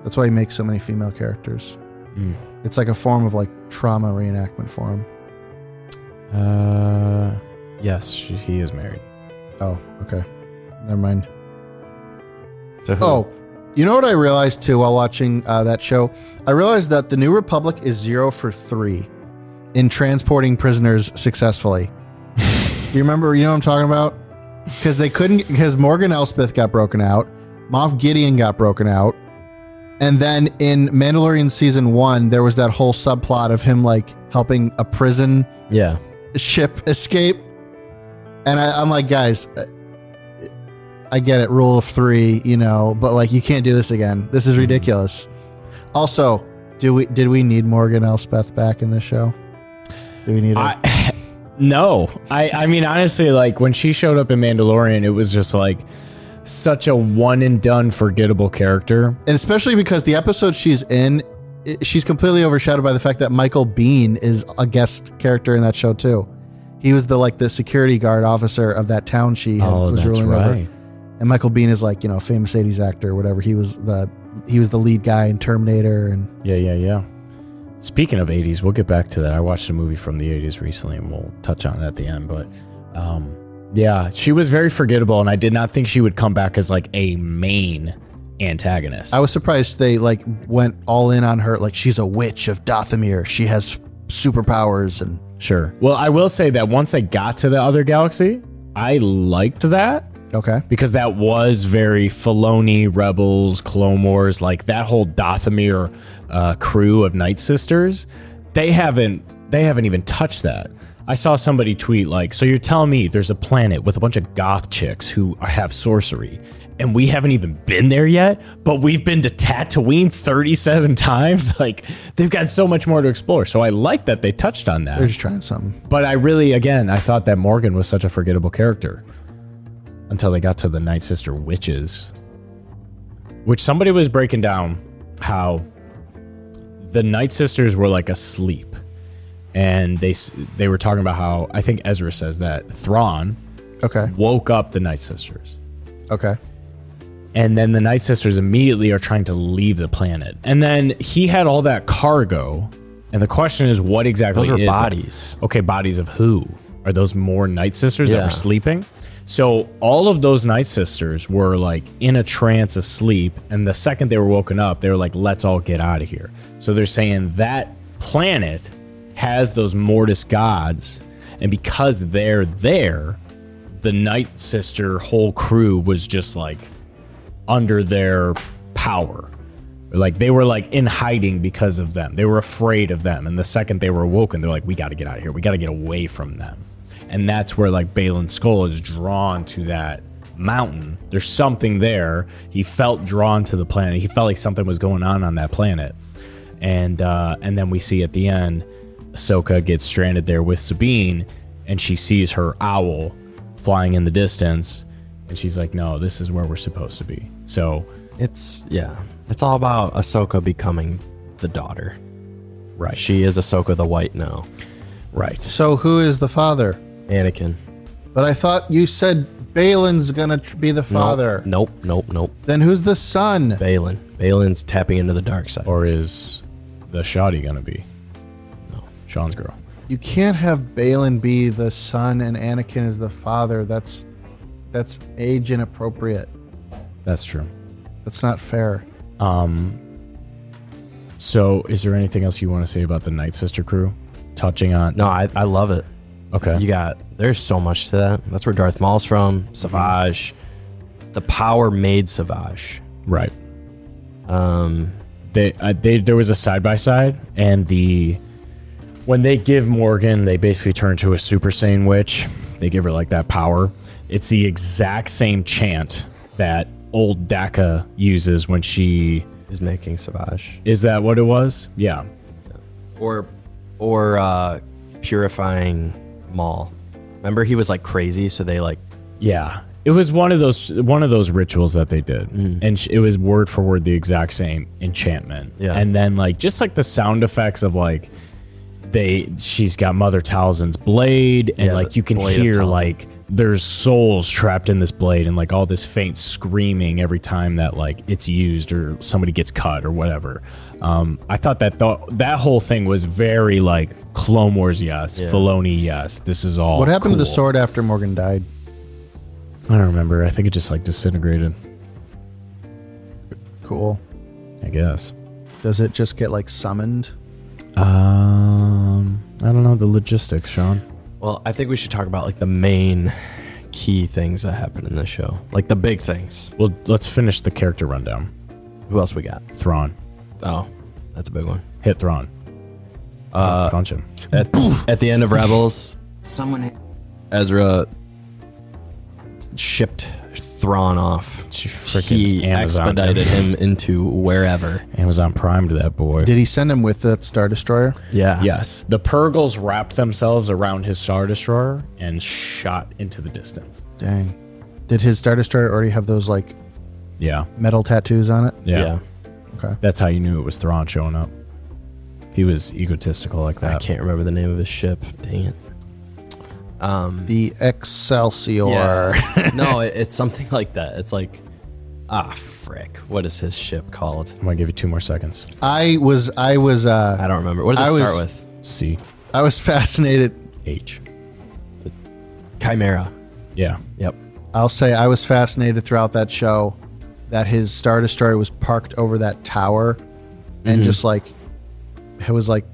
Speaker 5: That's why he makes so many female characters.
Speaker 4: Mm.
Speaker 5: It's like a form of like trauma reenactment for him.
Speaker 4: Uh, yes, she, he is married.
Speaker 5: Oh, okay. Never mind.
Speaker 6: To who?
Speaker 5: Oh, you know what I realized too while watching uh, that show? I realized that the New Republic is zero for three in transporting prisoners successfully. you remember? You know what I'm talking about? Because they couldn't. Because Morgan Elspeth got broken out, Moff Gideon got broken out, and then in Mandalorian season one, there was that whole subplot of him like helping a prison
Speaker 6: yeah.
Speaker 5: ship escape. And I, I'm like, guys, I- I get it, rule of three, you know, but like, you can't do this again. This is ridiculous. Also, do we did we need Morgan Elspeth back in this show? Do we need her?
Speaker 4: I, no, I, I mean, honestly, like when she showed up in Mandalorian, it was just like such a one and done forgettable character.
Speaker 5: and especially because the episode she's in, i she's completely overshadowed by the fact that Michael Bean is a guest character in that show too. He was the like the security guard officer of that
Speaker 4: Oh,
Speaker 5: town she had- was ruling over. And Michael Bean is like, you know, famous 80s actor or whatever. He was the he was the lead guy in Terminator and
Speaker 4: Yeah, yeah, yeah. Speaking of 80s, we'll get back to that. I watched a movie from the 80s recently and we'll touch on it at the end. But um, yeah, she was very forgettable and I did not think she would come back as like a main antagonist.
Speaker 5: I was surprised they like went all in on her. Like she's a witch of Dathomir. She has superpowers, and
Speaker 4: sure. Well, I will say that once they got to the other galaxy, I liked that
Speaker 5: okay,
Speaker 4: because that was very Filoni, Rebels, Clone Wars, like that whole Dathomir uh, crew of Night Sisters. They haven't they haven't even touched that. I saw somebody tweet like, "So you're telling me there's a planet with a bunch of goth chicks who have sorcery, and we haven't even been there yet, but we've been to Tatooine 37 times. Like they've got so much more to explore." So I like that they touched on that.
Speaker 5: they're just trying something.
Speaker 4: But I really, again, I thought that Morgan was such a forgettable character until they got to the Night Sister witches, which somebody was breaking down how the Night Sisters were like asleep, and they s- they were talking about how I think Ezra says that Thrawn
Speaker 5: Okay,
Speaker 4: woke up the Night Sisters.
Speaker 5: okay,
Speaker 4: And then the Night Sisters immediately are trying to leave the planet. And then he had all that cargo. And the question is, what exactly
Speaker 6: Those are
Speaker 4: is that?
Speaker 6: bodies.
Speaker 4: Okay, bodies of who? Are those more night sisters that
Speaker 6: Yeah.
Speaker 4: were sleeping? So all of those night sisters were like in a trance asleep, and the second they were woken up, they were like, let's all get out of here. So they're saying that planet has those mortis gods, and because they're there, the night sister whole crew was just like under their power. Like they were like in hiding because of them. They were afraid of them. And the second they were awoken, they're like, we got to get out of here. We got to get away from them. And that's where like Balin Skull is drawn to that mountain. There's something there. He felt drawn to the planet. He felt like something was going on on that planet. And uh, and then we see at the end, Ahsoka gets stranded there with Sabine, and she sees her owl flying in the distance, and she's like, "No, this is where we're supposed to be." So
Speaker 6: It's yeah. It's all about Ahsoka becoming the daughter.
Speaker 4: right,
Speaker 6: She is Ahsoka the White now.
Speaker 4: right.
Speaker 5: so who is the father?
Speaker 6: Anakin.
Speaker 5: But I thought you said Balin's gonna tr- be the father.
Speaker 6: Nope. Nope. Nope.
Speaker 5: Then who's the son?
Speaker 6: Balin. Balin's tapping into the dark side.
Speaker 4: Or is the shoddy gonna be? No, Sean's girl.
Speaker 5: You can't have Balin be the son and Anakin is the father. That's that's age inappropriate.
Speaker 4: That's true.
Speaker 5: That's not fair.
Speaker 4: So, is there anything else you want to say about the Night Sister crew? Touching on
Speaker 6: no, I, I love it.
Speaker 4: okay,
Speaker 6: You got there's so much to that. That's where Darth Maul's from. Savage. The power made Savage.
Speaker 4: right.
Speaker 6: Um,
Speaker 4: they, uh, they there was a side by side and the when they give Morgan, they basically turn into a Super Saiyan witch. They give her like that power. It's the exact same chant that old Daka uses when she
Speaker 6: is making Savage
Speaker 4: is that what it was? Yeah.
Speaker 6: or or uh, purifying Maul. Remember he was like crazy, so they like
Speaker 4: Yeah, it was one of those one of those rituals that they did,
Speaker 6: Mm.
Speaker 4: and sh- it was word for word the exact same enchantment.
Speaker 6: Yeah.
Speaker 4: and then like just like the sound effects of like they she's got Mother Talzin's blade, and
Speaker 6: Yeah,
Speaker 4: like
Speaker 6: the
Speaker 4: you can
Speaker 6: blade of
Speaker 4: hear
Speaker 6: Talzin.
Speaker 4: like there's souls trapped in this blade, and like all this faint screaming every time that like it's used or somebody gets cut or whatever. Um, I thought that th- that whole thing was very like Clone Wars, yes, Filoni, yes. This is all.
Speaker 5: What happened to the
Speaker 4: Oh, cool.
Speaker 5: sword after Morgan died?
Speaker 4: I don't remember. I think it just like disintegrated.
Speaker 5: Cool.
Speaker 4: I guess.
Speaker 5: Does it just get like summoned?
Speaker 4: Um, I don't know the logistics, Sean.
Speaker 6: Well, I think we should talk about like the main key things that happen in this show, like the big things.
Speaker 4: Well, let's finish the character rundown.
Speaker 6: Who else we got?
Speaker 4: Thrawn,
Speaker 6: Oh, that's a big one.
Speaker 4: hit Thrawn. Uh, punch him.
Speaker 6: At, at the end of Rebels,
Speaker 2: Someone
Speaker 6: Ezra shipped Thrawn off.
Speaker 4: Freaking
Speaker 6: He
Speaker 4: Amazon
Speaker 6: expedited him into wherever.
Speaker 4: Amazon Prime to that boy.
Speaker 5: Did he send him with that Star Destroyer?
Speaker 6: Yeah.
Speaker 4: yes, the Purgles wrapped themselves around his star destroyer and shot into the distance.
Speaker 5: Dang. Did his Star Destroyer already have those like
Speaker 4: Yeah,
Speaker 5: metal tattoos on it?
Speaker 4: yeah.
Speaker 6: Yeah.
Speaker 4: That's how you knew it was Thrawn showing up. He was egotistical like
Speaker 6: I
Speaker 4: that.
Speaker 6: can't remember the name of his ship. Dang it.
Speaker 5: The Excelsior.
Speaker 6: no, it, it's something like that. It's like Ah, frick. What is his ship called?
Speaker 4: I'm gonna give you two more seconds.
Speaker 5: I was I was uh
Speaker 6: I don't remember. What does
Speaker 5: I
Speaker 6: it
Speaker 5: was-
Speaker 6: start with?
Speaker 4: C
Speaker 5: I was fascinated.
Speaker 4: H.
Speaker 6: Chimera.
Speaker 4: Yeah.
Speaker 6: Yep.
Speaker 5: I'll say I was fascinated throughout that show that his star destroyer was parked over that tower and just like it was like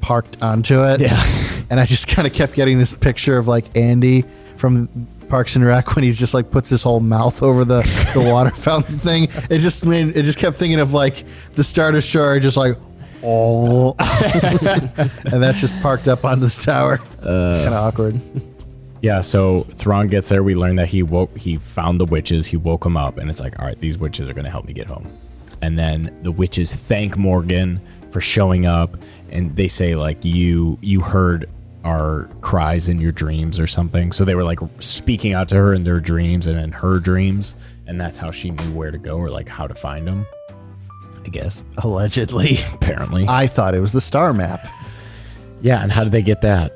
Speaker 5: parked onto it.
Speaker 4: Yeah.
Speaker 5: and I just kind of kept getting this picture of like Andy from Parks and Rec when he's just like puts his whole mouth over the, the water fountain thing. It just made it just kept thinking of like the Star Destroyer just like oh, and that's just parked up on this tower. it's kind of awkward.
Speaker 4: Yeah, so Thrawn gets there. We learn that he woke, he found the witches. He woke them up, and it's like, all right, these witches are gonna help me get home. And then the witches thank Morgan for showing up, and they say like, you you heard our cries in your dreams or something. So they were like speaking out to her in their dreams and in her dreams, and that's how she knew where to go or like how to find them. I guess
Speaker 5: Allegedly,
Speaker 4: apparently.
Speaker 5: I thought it was the star map
Speaker 4: Uh, yeah, and how did they get that?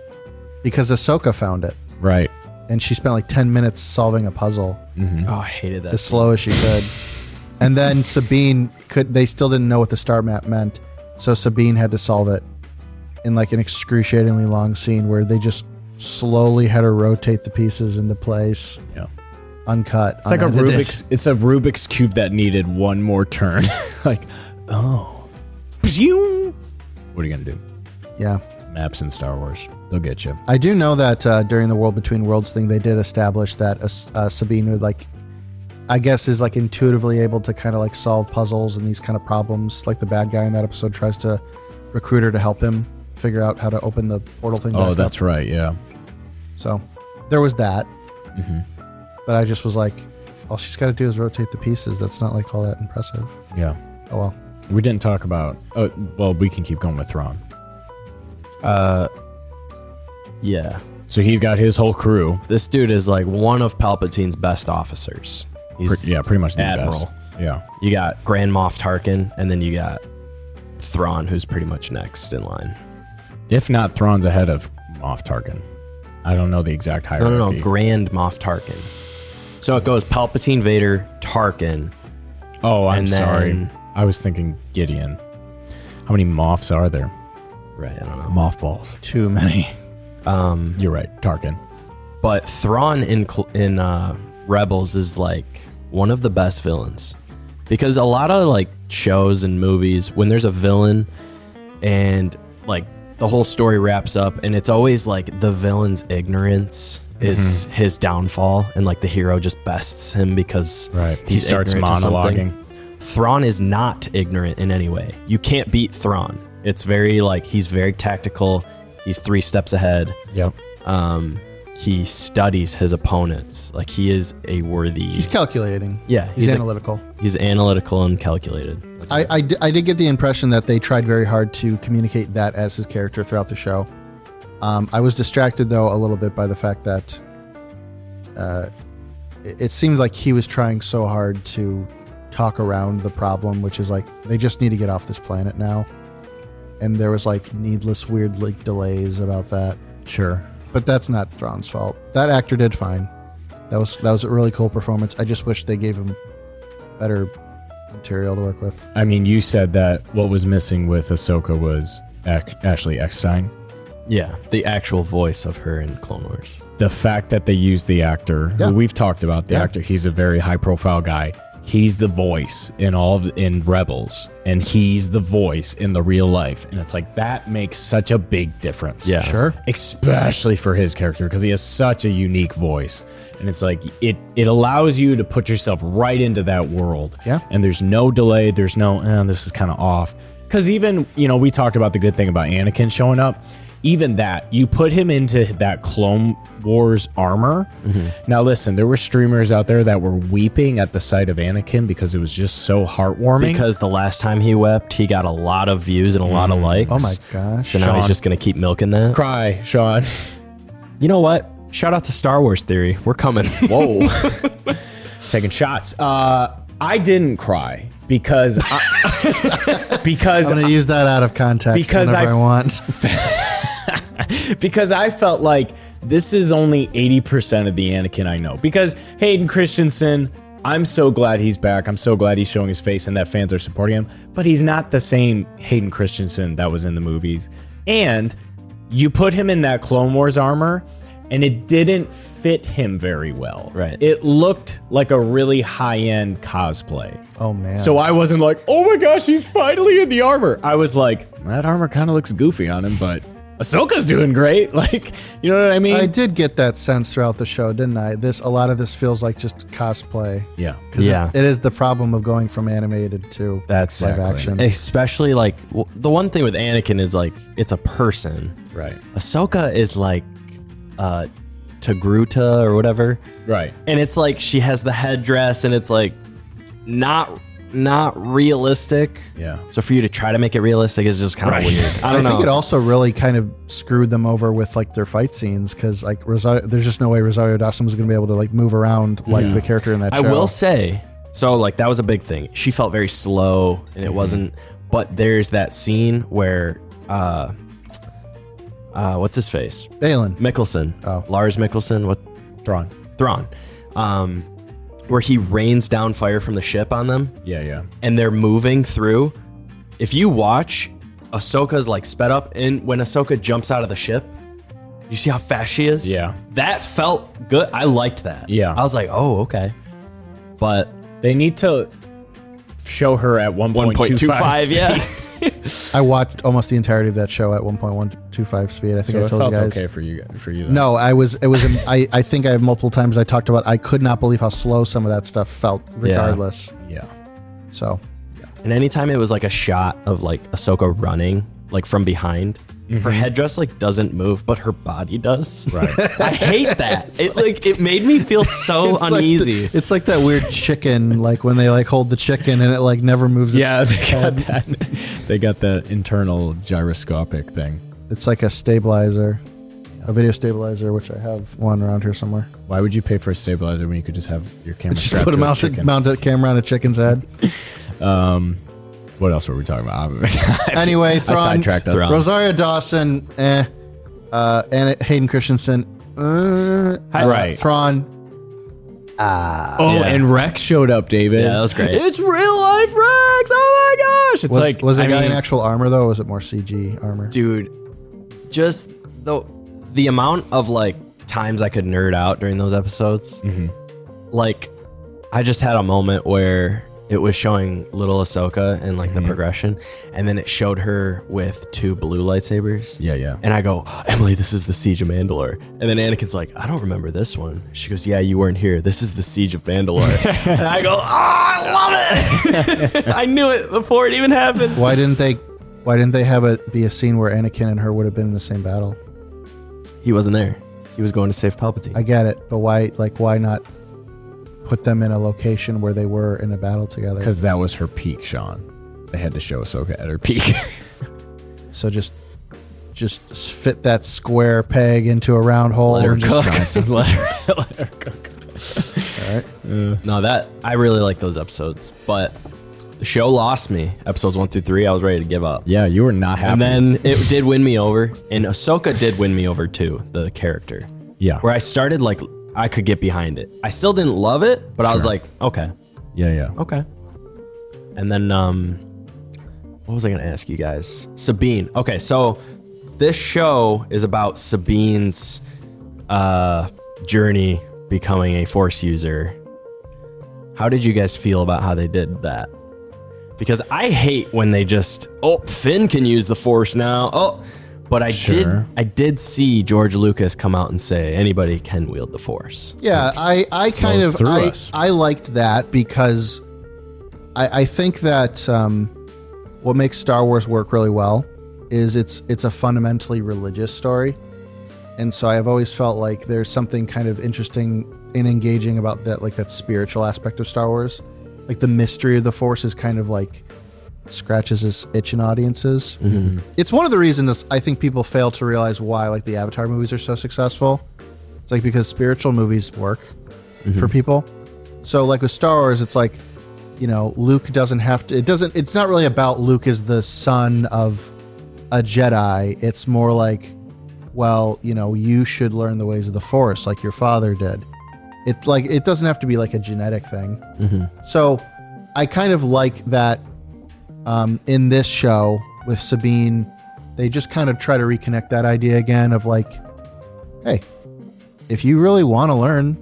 Speaker 5: because Ahsoka found it,
Speaker 4: Right.
Speaker 5: and she spent like ten minutes solving a puzzle.
Speaker 6: Oh, I hated that.
Speaker 5: as slow as she could. and then Sabine could they still didn't know what the star map meant, so Sabine had to solve it in like an excruciatingly long scene where they just slowly had her rotate the pieces into place.
Speaker 4: Yeah.
Speaker 5: Uncut.
Speaker 4: It's like a Rubik's. It's a Rubik's cube that needed one more turn. like, oh, Pew! what are you gonna do?
Speaker 5: Yeah.
Speaker 4: Maps in Star Wars, they'll get you.
Speaker 5: I do know that uh, during the World Between Worlds thing, they did establish that uh, uh, Sabine would like, I guess, is like intuitively able to kind of like solve puzzles and these kind of problems. Like the bad guy in that episode tries to recruit her to help him figure out how to open the portal thing. back
Speaker 4: Oh,
Speaker 5: up.
Speaker 4: that's right. Yeah,
Speaker 5: So there was that. But I just was like, all she's got to do is rotate the pieces. That's not like all that impressive.
Speaker 4: yeah.
Speaker 5: Oh well.
Speaker 4: We didn't talk about. Oh, well, we can keep going with Thrawn.
Speaker 6: yeah.
Speaker 4: So he's got his whole crew.
Speaker 6: This dude is like one of Palpatine's best officers.
Speaker 4: Pre-
Speaker 6: He's,
Speaker 4: yeah, pretty much the
Speaker 6: Admiral.
Speaker 4: best. Yeah,
Speaker 6: You got Grand Moff Tarkin, and then you got Thrawn, who's pretty much next in line.
Speaker 4: if not Thrawn's ahead of Moff Tarkin. I don't know the exact
Speaker 6: No,
Speaker 4: hierarchy.
Speaker 6: no, no. Grand Moff Tarkin. So it goes Palpatine, Vader, Tarkin.
Speaker 4: Oh, I'm
Speaker 6: And then-
Speaker 4: sorry. I was thinking Gideon. How many moths are there?
Speaker 6: Right. I don't know.
Speaker 4: Moth balls.
Speaker 5: Too many.
Speaker 4: You're right, Tarkin.
Speaker 6: but Thrawn in cl- in uh, Rebels is like one of the best villains because a lot of like shows and movies when there's a villain and like the whole story wraps up and it's always like the villain's ignorance is
Speaker 4: Mm-hmm.
Speaker 6: his downfall and like the hero just bests him because
Speaker 4: Right. He
Speaker 6: he's
Speaker 4: starts
Speaker 6: ignorant to something.
Speaker 4: monologuing.
Speaker 6: Thrawn is not ignorant in any way. You can't beat Thrawn. It's very like he's very tactical. He's three steps ahead
Speaker 4: Yep.
Speaker 6: um, he studies his opponents. Like he is a worthy.
Speaker 5: He's calculating.
Speaker 6: yeah,
Speaker 5: He's,
Speaker 6: he's a-
Speaker 5: analytical.
Speaker 6: he's analytical and calculated.
Speaker 5: I, I, di- I did get the impression that they tried very hard to communicate that as his character throughout the show. Um, I was distracted though a little bit by the fact that uh, it, it seemed like he was trying so hard to talk around the problem, which is like they just need to get off this planet now. And there was like needless weird like delays about that,
Speaker 4: Sure.
Speaker 5: but that's not Thrawn's fault. That actor did fine. That was that was a really cool performance. I just wish they gave him better material to work with.
Speaker 4: I mean, you said that what was missing with Ahsoka was Ac- Ashley Eckstein.
Speaker 6: Yeah, the actual voice of her in Clone Wars.
Speaker 4: The fact that they used the actor,
Speaker 5: Yeah.
Speaker 4: who we've talked about, the actor, he's a very high profile guy. He's the voice in all of, in Rebels, and he's the voice in the real life, and it's like that makes such a big difference.
Speaker 6: Yeah.
Speaker 5: Sure.
Speaker 4: especially for his character because he has such a unique voice and it's like it it allows you to put yourself right into that world
Speaker 5: Yeah.
Speaker 4: and there's no delay there's no eh, this is kind of off because even you know we talked about the good thing about anakin showing up even that you put him into that clone wars armor now listen there were streamers out there that were weeping at the sight of anakin because it was just so heartwarming
Speaker 6: Because the last time he wept, he got a lot of views and a lot of likes.
Speaker 5: Oh my gosh.
Speaker 6: So now he's
Speaker 4: Sean.
Speaker 6: just gonna keep milking that.
Speaker 4: cry sean
Speaker 6: You know what? Shout out to Star Wars Theory. We're coming. Whoa.
Speaker 4: taking shots. Uh, I didn't cry because I, because
Speaker 5: I'm gonna use that out of context
Speaker 4: Because
Speaker 5: whenever
Speaker 4: I-
Speaker 5: I, want.
Speaker 4: because I felt like this is only 80% of the Anakin I know. Because Hayden Christensen, I'm so glad he's back. I'm so glad he's showing his face and that fans are supporting him. But he's not the same Hayden Christensen that was in the movies. And you put him in that Clone Wars armor and it didn't fit him very well.
Speaker 6: Right.
Speaker 4: It looked like a really high end cosplay.
Speaker 5: Oh man.
Speaker 4: So I wasn't like, oh my gosh, he's finally in the armor. I was like, that armor kind of looks goofy on him, but Ahsoka's doing great. Like, you know what I mean?
Speaker 5: I did get that sense throughout the show, didn't I? This a lot of this feels like just cosplay.
Speaker 4: yeah.
Speaker 5: 'Cause
Speaker 6: Yeah.
Speaker 5: it- it is the problem of going from animated to
Speaker 6: That's uh,
Speaker 5: live
Speaker 4: Exactly.
Speaker 5: action.
Speaker 6: especially like w- the one thing with Anakin is like it's a person.
Speaker 4: Right.
Speaker 6: Ahsoka is like uh Tagruta or whatever.
Speaker 4: Right.
Speaker 6: And it's like she has the headdress and it's like not not realistic.
Speaker 4: Yeah.
Speaker 6: So for you to try to make it realistic is just kind of weird. I
Speaker 5: I,
Speaker 6: don't know.
Speaker 5: think it also really kind of screwed them over with like their fight scenes because like Rosario, there's just no way Rosario Dawson was going to be able to like move around like the character in that
Speaker 6: I
Speaker 5: show.
Speaker 6: will say, so like that was a big thing. She felt very slow, and
Speaker 5: Mm-hmm.
Speaker 6: it wasn't. But there's that scene where, uh, uh, what's his face?
Speaker 5: Balin.
Speaker 6: Mickelson,
Speaker 5: Oh.
Speaker 6: Lars Mickelson, what
Speaker 4: Thrawn.
Speaker 6: Thrawn, um, where he rains down fire from the ship on them,
Speaker 4: Yeah, yeah.
Speaker 6: and they're moving through. If you watch, Ahsoka's like sped up, and when Ahsoka jumps out of the ship. You see how fast she is?
Speaker 4: Yeah.
Speaker 6: That felt good. I liked that.
Speaker 4: Yeah.
Speaker 6: I was like, oh, okay. But
Speaker 4: They need to show her at 1.25.
Speaker 6: 1.25, yeah.
Speaker 5: I watched almost the entirety of that show at 1.125 speed. I think
Speaker 4: So
Speaker 5: I
Speaker 4: it
Speaker 5: told
Speaker 4: felt
Speaker 5: you guys.
Speaker 4: okay for you for you. Then.
Speaker 5: No, I was. It was. I. I think I multiple times I talked about. I could not believe how slow some of that stuff felt, regardless.
Speaker 4: Yeah.
Speaker 5: So
Speaker 6: And anytime it was like a shot of like Ahsoka running, like from behind, her headdress like doesn't move, but her body does. Right. I hate that. it like it made me feel so
Speaker 5: It's like
Speaker 6: uneasy.
Speaker 5: the- it's like that weird chicken, like when they like hold the chicken and it like never moves. Its
Speaker 4: Yeah, they got
Speaker 5: head.
Speaker 4: that. They got the internal gyroscopic thing.
Speaker 5: It's like a stabilizer, a video stabilizer, which I have one around here somewhere.
Speaker 4: Why would you pay for a stabilizer when you could just have your camera?
Speaker 5: Just
Speaker 4: strapped
Speaker 5: put a
Speaker 4: to a
Speaker 5: mounted
Speaker 4: chicken?
Speaker 5: mounted camera on a chicken's head.
Speaker 4: What else were we talking about? I
Speaker 5: Anyway, Thrawn,
Speaker 4: sidetracked us.
Speaker 5: Rosario Dawson, eh, uh, and Hayden Christensen, uh,
Speaker 4: Right.
Speaker 5: Thrawn.
Speaker 4: Oh,
Speaker 6: Yeah.
Speaker 4: and Rex showed up, David.
Speaker 6: Yeah, that was great.
Speaker 4: It's real life Rex. Oh my gosh! It's
Speaker 5: Was,
Speaker 4: like
Speaker 5: was the
Speaker 4: I
Speaker 5: guy in
Speaker 4: mean,
Speaker 5: actual armor though? Or was it more CG armor?
Speaker 6: Dude, just the the amount of like times I could nerd out during those episodes. Like I just had a moment where it was showing little Ahsoka and like the progression, and then it showed her with two blue lightsabers.
Speaker 4: Yeah, yeah.
Speaker 6: And I go, Emily, this is the Siege of Mandalore. And then Anakin's like, I don't remember this one. She goes, Yeah, you weren't here. This is the Siege of Mandalore. and I go, Ah, I love it. I knew it before it even happened.
Speaker 5: Why didn't they? Why didn't they have it be a scene where Anakin and her would have been in the same battle?
Speaker 6: He wasn't there. He was going to save Palpatine.
Speaker 5: I get it, but why? Like, why not put them in a location where they were in a battle together?
Speaker 4: because that was her peak, Sean. They had to show Ahsoka at her peak.
Speaker 5: so just, just fit that square peg into a round hole.
Speaker 6: let her
Speaker 5: and just-
Speaker 6: cook. let her, let her cook. No, that I really like those episodes, but the show lost me. Episodes one through three, I was ready to give up.
Speaker 4: yeah, you were not happy.
Speaker 6: And then it did win me over, and Ahsoka did win me over too, the character.
Speaker 4: yeah,
Speaker 6: Where I started, like, I could get behind it. I still didn't love it, but I was like, okay,
Speaker 4: yeah, yeah.
Speaker 6: okay. And then, um, what was I going to ask you guys? Sabine. Okay, so this show is about Sabine's uh, journey becoming a Force user. How did you guys feel about how they did that? Because I hate when they just oh Finn can use the Force now oh, but I did
Speaker 4: Sure.
Speaker 6: I did see George Lucas come out and say anybody can wield the Force.
Speaker 5: Yeah, I, I kind
Speaker 4: flows
Speaker 5: of
Speaker 4: through
Speaker 5: I,
Speaker 4: us.
Speaker 5: I liked that because I, I think that um, what makes Star Wars work really well is it's it's a fundamentally religious story, and so I've always felt like there's something kind of interesting and engaging about that like that spiritual aspect of Star Wars, like the mystery of the Force is kind of like scratches this itch in audiences.
Speaker 4: Mm-hmm.
Speaker 5: It's one of the reasons I think people fail to realize why like the Avatar movies are so successful. It's like because spiritual movies work for people. So like with Star Wars, it's like, you know, Luke doesn't have to. It doesn't. It's not really about Luke as the son of a Jedi. It's more like, well, you know, you should learn the ways of the Force like your father did. It's like it doesn't have to be like a genetic thing. So I kind of like that um, in this show with Sabine, they just kind of try to reconnect that idea again of like, hey, if you really want to learn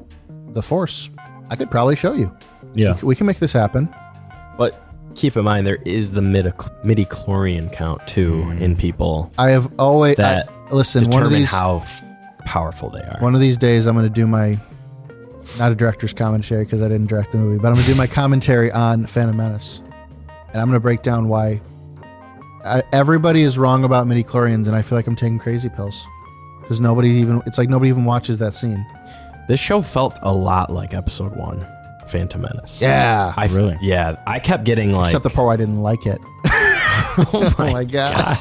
Speaker 5: the Force, I could probably show you.
Speaker 4: Yeah.
Speaker 5: We can make this happen.
Speaker 6: But keep in mind, there is the midi chlorian count too in people.
Speaker 5: I have always
Speaker 6: That
Speaker 5: I- listen. Mm. One
Speaker 6: Determine
Speaker 5: of these
Speaker 6: how f- powerful they are.
Speaker 5: one of these days, I'm going to do my not a director's commentary because I didn't direct the movie, but I'm going to do my commentary on Phantom Menace, and I'm going to break down why I, everybody is wrong about midi chlorians, and I feel like I'm taking crazy pills because nobody even it's like nobody even watches that scene.
Speaker 6: This show felt a lot like Episode One, Phantom Menace.
Speaker 5: Yeah,
Speaker 6: I f-
Speaker 4: Really?
Speaker 6: Yeah, I kept getting like,
Speaker 5: except the part where I didn't like it.
Speaker 6: oh
Speaker 5: Oh
Speaker 6: my
Speaker 5: my god,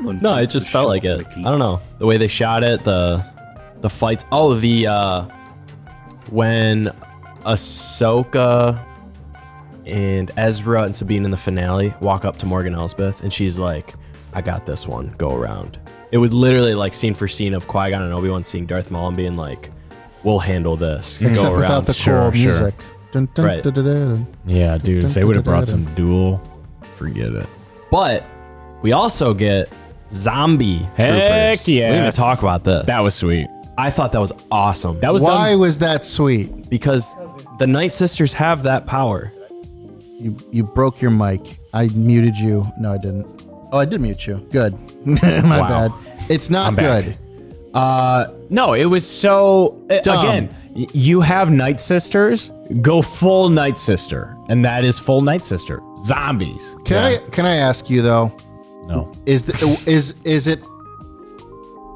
Speaker 6: No, it just felt like it. I don't know the way they shot it, the the fights. Oh, the uh, when Ahsoka and Ezra and Sabine in the finale walk up to Morgan Elsbeth, and she's like, "I got this one. Go around." It was literally like scene for scene of Qui Gon and Obi Wan seeing Darth Maul and being like, "We'll handle this. Go
Speaker 5: except
Speaker 6: around."
Speaker 5: without the
Speaker 4: Sure,
Speaker 5: cool
Speaker 4: sure.
Speaker 5: music. Dun, dun,
Speaker 6: Right.
Speaker 5: dun, dun, dun, dun.
Speaker 4: Yeah, dude. If they would have brought some duel, forget it.
Speaker 6: But we also get zombie
Speaker 4: Heck
Speaker 6: troopers. We're gonna
Speaker 4: yes.
Speaker 6: talk about this.
Speaker 4: That was sweet.
Speaker 6: I thought that was awesome.
Speaker 4: That was
Speaker 5: Why
Speaker 4: done.
Speaker 5: was that sweet?
Speaker 6: because the Night Sisters have that power.
Speaker 5: You you broke your mic. I muted you. No, I didn't. Oh, I did mute you. Good. My
Speaker 4: Wow.
Speaker 5: bad. It's not
Speaker 4: back.
Speaker 5: good.
Speaker 4: No, it was so. uh,
Speaker 5: Dumb.
Speaker 4: Again, y- you have Night Sisters. Go full Night Sister, and that is full Night Sister. Zombies.
Speaker 5: Can I can I ask you though?
Speaker 4: No.
Speaker 5: Is the, is is it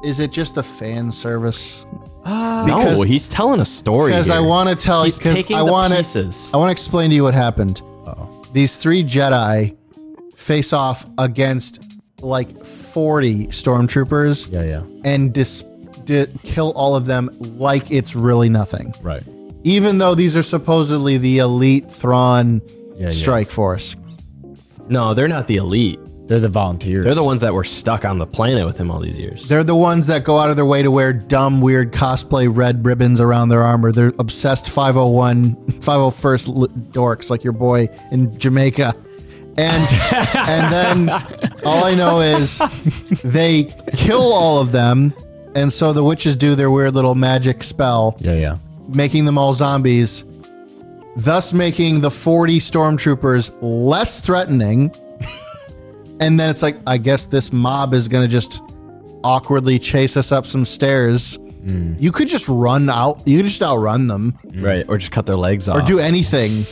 Speaker 5: is it just a fan service?
Speaker 6: no,
Speaker 5: Because-
Speaker 6: he's telling a story.
Speaker 5: Because I
Speaker 6: here.
Speaker 5: want to tell you.
Speaker 6: He's
Speaker 5: Because
Speaker 6: taking
Speaker 5: I
Speaker 6: the
Speaker 5: want to
Speaker 6: pieces.
Speaker 5: I want to explain to you what happened. These three Jedi face off against like forty stormtroopers
Speaker 4: Yeah, yeah.
Speaker 5: and dis- di- kill all of them like it's really nothing.
Speaker 4: Right.
Speaker 5: even though these are supposedly the elite Thrawn
Speaker 4: Yeah, yeah.
Speaker 5: strike force.
Speaker 6: No, they're not the elite.
Speaker 4: They're the volunteers.
Speaker 6: They're the ones that were stuck on the planet with him all these years.
Speaker 5: They're the ones that go out of their way to wear dumb, weird cosplay red ribbons around their armor. They're obsessed 501, 501st l- dorks like your boy in Jamaica. And and then all I know is they kill all of them. And so the witches do their weird little magic spell.
Speaker 4: yeah, yeah.
Speaker 5: making them all zombies, thus making the 40 stormtroopers less threatening. and then it's like, I guess this mob is going to just awkwardly chase us up some stairs.
Speaker 4: Hmm.
Speaker 5: You could just run out. You could just outrun them
Speaker 6: Right. Or just cut their legs off.
Speaker 5: or do anything.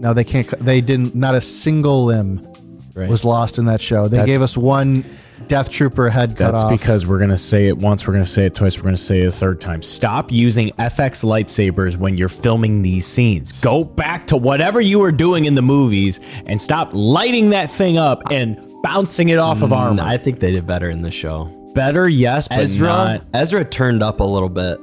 Speaker 5: No, they can't. They didn't. Not a single limb
Speaker 6: Right.
Speaker 5: was lost in that show. They gave us one death trooper head cut
Speaker 4: That's
Speaker 5: off.
Speaker 4: because we're gonna say it once, we're gonna say it twice, we're gonna say it a third time. Stop using FX lightsabers when you're filming these scenes. Go back to whatever you were doing in the movies and stop lighting that thing up and bouncing it off of
Speaker 6: Mm,
Speaker 4: armor.
Speaker 6: I think they did better in this show.
Speaker 4: Better, yes, but
Speaker 6: Ezra
Speaker 4: not.
Speaker 6: Ezra turned up a little bit.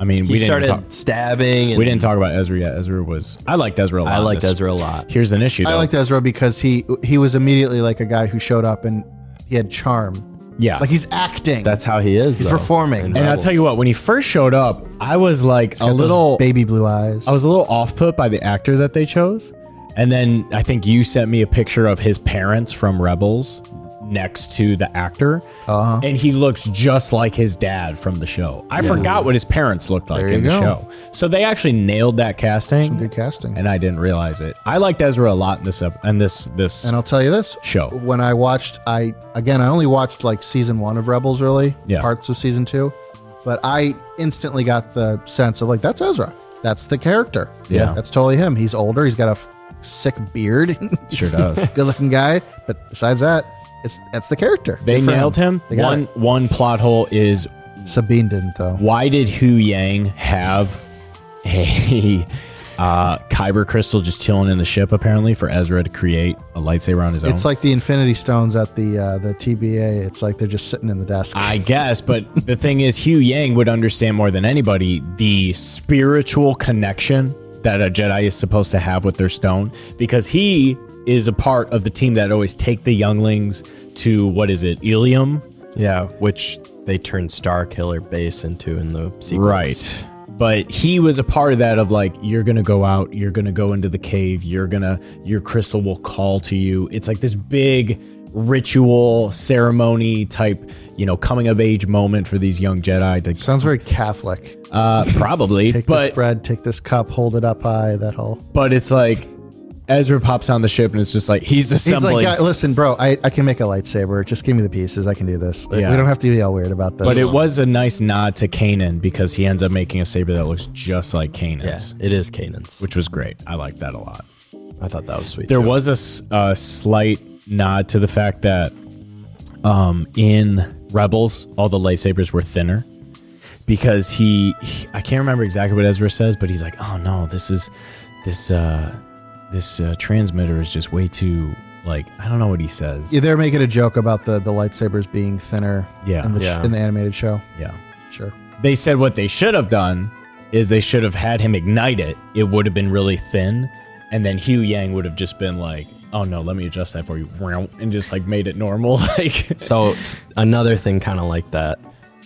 Speaker 4: I mean,
Speaker 6: He
Speaker 4: we didn't
Speaker 6: started
Speaker 4: talk.
Speaker 6: stabbing. And
Speaker 4: We didn't talk about Ezra yet. Ezra was. I liked Ezra a lot.
Speaker 6: I
Speaker 4: in
Speaker 6: liked
Speaker 4: this.
Speaker 6: Ezra a lot.
Speaker 4: Here's an issue. Though.
Speaker 5: I liked Ezra because he he was immediately like a guy who showed up and he had charm.
Speaker 4: Yeah.
Speaker 5: Like he's acting.
Speaker 6: That's how he is.
Speaker 5: He's
Speaker 6: though.
Speaker 5: performing.
Speaker 6: In
Speaker 5: And
Speaker 4: and I'll
Speaker 6: Rebels.
Speaker 4: tell you what. When he first showed up, I was like a
Speaker 5: Got those
Speaker 4: little.
Speaker 5: baby blue eyes.
Speaker 4: I was a little off put by the actor that they chose. And then I think you sent me a picture of his parents from Rebels next to the actor. Uh-huh. And he looks just like his dad from the show. I forgot what his parents looked like
Speaker 5: There
Speaker 4: in
Speaker 5: you go.
Speaker 4: the show. So they actually nailed that casting.
Speaker 5: good casting. And,
Speaker 4: and I didn't realize it. I liked Ezra a lot in this up and this this
Speaker 5: I'll tell you this:
Speaker 4: show.
Speaker 5: when I watched, I again, I only watched like season one of Rebels, really,
Speaker 4: Yeah.
Speaker 5: parts of season two, but I instantly got the sense of like that's Ezra, that's the character.
Speaker 4: Yeah.
Speaker 5: that's totally him. He's older. He's got a f- sick beard.
Speaker 4: Sure does.
Speaker 5: good-looking guy. But besides that, it's that's the character.
Speaker 4: They
Speaker 5: Good for
Speaker 4: nailed him.
Speaker 5: They got
Speaker 4: One one plot hole is
Speaker 5: Sabine didn't though.
Speaker 4: why did Hu Yang have a uh, kyber crystal just chilling in the ship apparently for Ezra to create a lightsaber on his
Speaker 5: It's
Speaker 4: own?
Speaker 5: like the Infinity Stones at the uh, the TBA. It's like they're just sitting in the desk.
Speaker 4: I guess, but the thing is, Hu Yang would understand more than anybody the spiritual connection that a Jedi is supposed to have with their stone because he is a part of the team that always take the younglings to what is it, Ilium?
Speaker 6: Yeah, which they turned Star Killer Base into in the sequels.
Speaker 4: Right. but he was a part of that of like you're gonna go out you're gonna go into the cave you're gonna your crystal will call to you it's like this big ritual ceremony type you know coming of age moment for these young jedi to
Speaker 5: Sounds very Catholic.
Speaker 4: uh probably
Speaker 5: Take
Speaker 4: but
Speaker 5: this bread, take this cup, hold it up high. That whole.
Speaker 4: but it's like ezra pops on the ship and it's just like he's
Speaker 5: He's
Speaker 4: assembling
Speaker 5: like, "Yeah, listen, bro, I, I can make a lightsaber. Just give me the pieces. I can do this. Like,
Speaker 4: Yeah.
Speaker 5: We don't have to be all weird about this.
Speaker 4: but it was a nice nod to Kanan because he ends up making a saber that looks just like
Speaker 6: Yeah,
Speaker 4: Kanan's,
Speaker 6: it is Canaan's.
Speaker 4: which was great. I liked that a lot.
Speaker 6: I thought that was sweet.
Speaker 4: There
Speaker 6: too.
Speaker 4: was a s- a, slight nod to the fact that um, in Rebels, all the lightsabers were thinner because he, he- I can't remember exactly what Ezra says, but he's like, "Oh no, this is this uh, this uh, transmitter is just way too like I don't know what he says."
Speaker 5: Yeah, they're making a joke about the, the lightsabers being thinner
Speaker 4: Yeah.
Speaker 5: in, the
Speaker 6: Yeah.
Speaker 5: in the animated show.
Speaker 4: yeah.
Speaker 5: Sure.
Speaker 4: they said what they should have done is they should have had him ignite it. It would have been really thin, and then Hugh Yang would have just been like, "Oh no, let me adjust that for you," and just like made it normal. Like,
Speaker 6: So t- another thing kind of like that.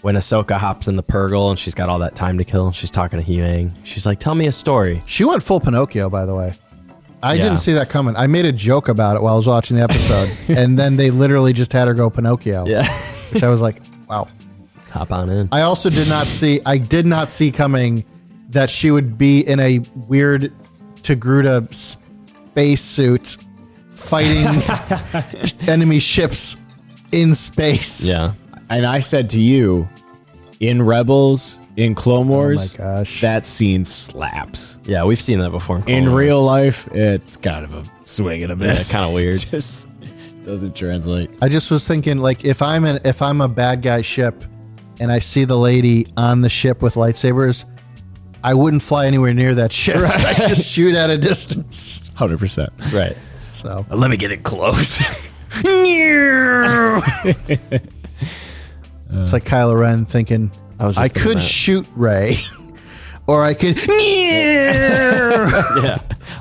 Speaker 6: When Ahsoka hops in the pergol and she's got all that time to kill, she's talking to He-Mang. She's like, "Tell me a story."
Speaker 5: She went full Pinocchio, by the way. I
Speaker 6: Yeah.
Speaker 5: didn't see that coming. I made a joke about it while I was watching the episode, and then they literally just had her go Pinocchio.
Speaker 6: Yeah.
Speaker 5: which I was like, wow.
Speaker 6: Hop on in.
Speaker 5: I also did not see. I did not see coming that she would be in a weird Togruta space suit fighting enemy ships in space.
Speaker 6: yeah.
Speaker 4: and I said to you, in Rebels, in
Speaker 6: Oh
Speaker 4: Clone Wars,
Speaker 5: gosh.
Speaker 4: that scene slaps.
Speaker 6: Yeah, we've seen that before.
Speaker 4: In real life, it's kind of a swing and a miss.
Speaker 6: kinda weird.
Speaker 4: It just doesn't translate.
Speaker 5: I just was thinking, like, if I'm an if I'm a bad guy ship, and I see the lady on the ship with lightsabers, I wouldn't fly anywhere near that ship. I just shoot at a distance.
Speaker 4: Hundred percent.
Speaker 6: Right.
Speaker 5: So
Speaker 6: Let me get it close.
Speaker 5: it's like Kylo Ren thinking,
Speaker 6: I
Speaker 5: I,
Speaker 6: was just thinking
Speaker 5: could
Speaker 6: that.
Speaker 5: shoot Ray, or I could.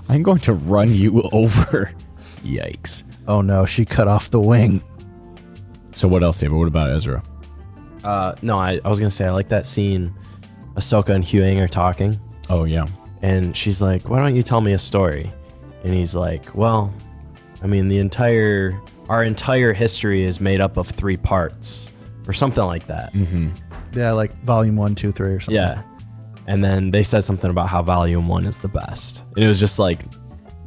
Speaker 4: I'm going to run you over. Yikes.
Speaker 5: Oh no, she cut off the wing.
Speaker 4: So what else, David? What about Ezra?
Speaker 6: uh, no, I, I was gonna say I like that scene. Ahsoka and Huang are talking,
Speaker 4: Oh yeah.
Speaker 6: and she's like, "Why don't you tell me a story?" And he's like, "Well, I mean, the entire our entire history is made up of three parts, or something like that."
Speaker 5: Yeah, like volume one, two, three, or something.
Speaker 6: Yeah. And then they said something about how volume one is the best. And it was just like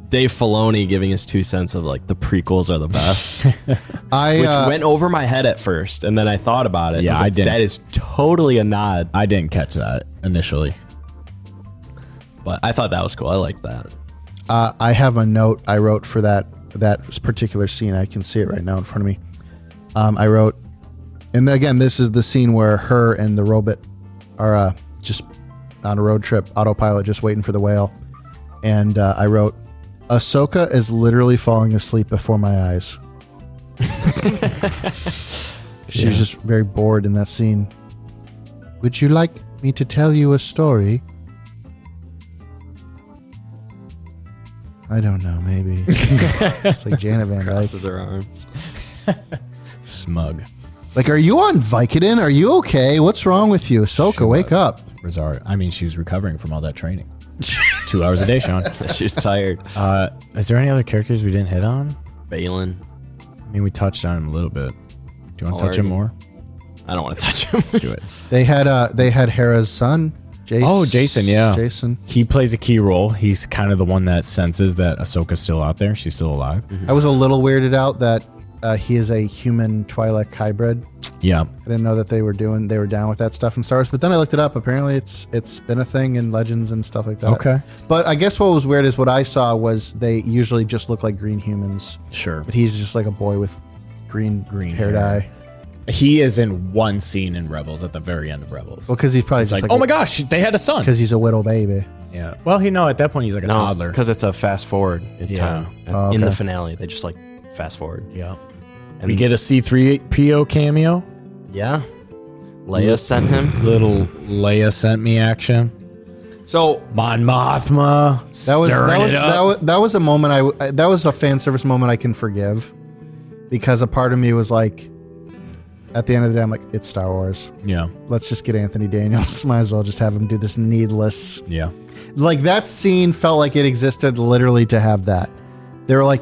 Speaker 6: Dave Filoni giving his two cents of like the prequels are the best, which
Speaker 5: I uh,
Speaker 6: went over my head at first. And then I thought about it. and
Speaker 4: Yeah,
Speaker 6: was
Speaker 4: I
Speaker 6: like,
Speaker 4: didn't.
Speaker 6: That is totally a nod.
Speaker 4: I didn't catch that initially.
Speaker 6: But I thought that was cool. I like that.
Speaker 5: uh, I have a note I wrote for that that particular scene. I can see it right now in front of me. Um, I wrote, and again, this is the scene where her and the robot are uh, just on a road trip, autopilot, just waiting for the whale. And uh, I wrote, Ahsoka is literally falling asleep before my eyes. she was just very bored in that scene. Would you like me to tell you a story? I don't know, maybe. it's like Janet Van Dyke.
Speaker 6: Crosses her arms.
Speaker 4: Smug.
Speaker 5: Like, are you on Vicodin? Are you okay? What's wrong with you? Ahsoka, wake up.
Speaker 4: Rosario. I mean, she was recovering from all that training. Two hours a day, Sean.
Speaker 6: She's tired.
Speaker 4: Uh, is there any other characters we didn't hit on?
Speaker 6: Balin.
Speaker 4: I mean, we touched on him a little bit. Do you want to touch
Speaker 6: Already.
Speaker 4: him more?
Speaker 6: I don't want to touch him.
Speaker 4: Do it.
Speaker 5: They had uh they had Hera's son, Jason.
Speaker 4: Oh, Jason, yeah.
Speaker 5: Jason.
Speaker 4: He plays a key role. He's kind of the one that senses that Ahsoka's still out there. She's still alive.
Speaker 5: I was a little weirded out that uh, he is a human Twi'lek hybrid.
Speaker 4: Yeah.
Speaker 5: I didn't know that they were doing they were down with that stuff in Star Wars, but then I looked it up. Apparently, it's it's been a thing in Legends and stuff like that.
Speaker 4: Okay.
Speaker 5: But I guess what was weird is what I saw was they usually just look like green humans,
Speaker 4: Sure.
Speaker 5: but he's just like a boy with green
Speaker 4: Green
Speaker 5: hair
Speaker 4: hair.
Speaker 5: dye.
Speaker 4: He is in one scene in Rebels at the very end of Rebels.
Speaker 5: Well, because he's probably
Speaker 4: It's
Speaker 5: just
Speaker 4: like,
Speaker 5: like,
Speaker 4: oh my gosh, they had a son.
Speaker 5: because he's a little baby.
Speaker 4: Yeah. Well, he no. At that point, he's like a
Speaker 6: No,
Speaker 4: toddler.
Speaker 6: because it's a fast forward in
Speaker 4: Yeah.
Speaker 6: time.
Speaker 5: Oh,
Speaker 6: In the
Speaker 5: okay.
Speaker 6: finale, they just like fast forward.
Speaker 4: Yeah.
Speaker 6: And
Speaker 4: we get a C three PO cameo.
Speaker 6: yeah. Leia sent him.
Speaker 4: Little Leia sent me action.
Speaker 6: So
Speaker 4: Mon Mothma.
Speaker 5: That was
Speaker 4: stirring
Speaker 5: that was,
Speaker 4: it up.
Speaker 5: that was that was a moment I w- I that was a fan service moment I can forgive because a part of me was like at the end of the day, I'm like, it's Star Wars.
Speaker 4: Yeah.
Speaker 5: Let's just get Anthony Daniels. Might as well just have him do this needless.
Speaker 4: Yeah.
Speaker 5: Like that scene felt like it existed literally to have that. They were like,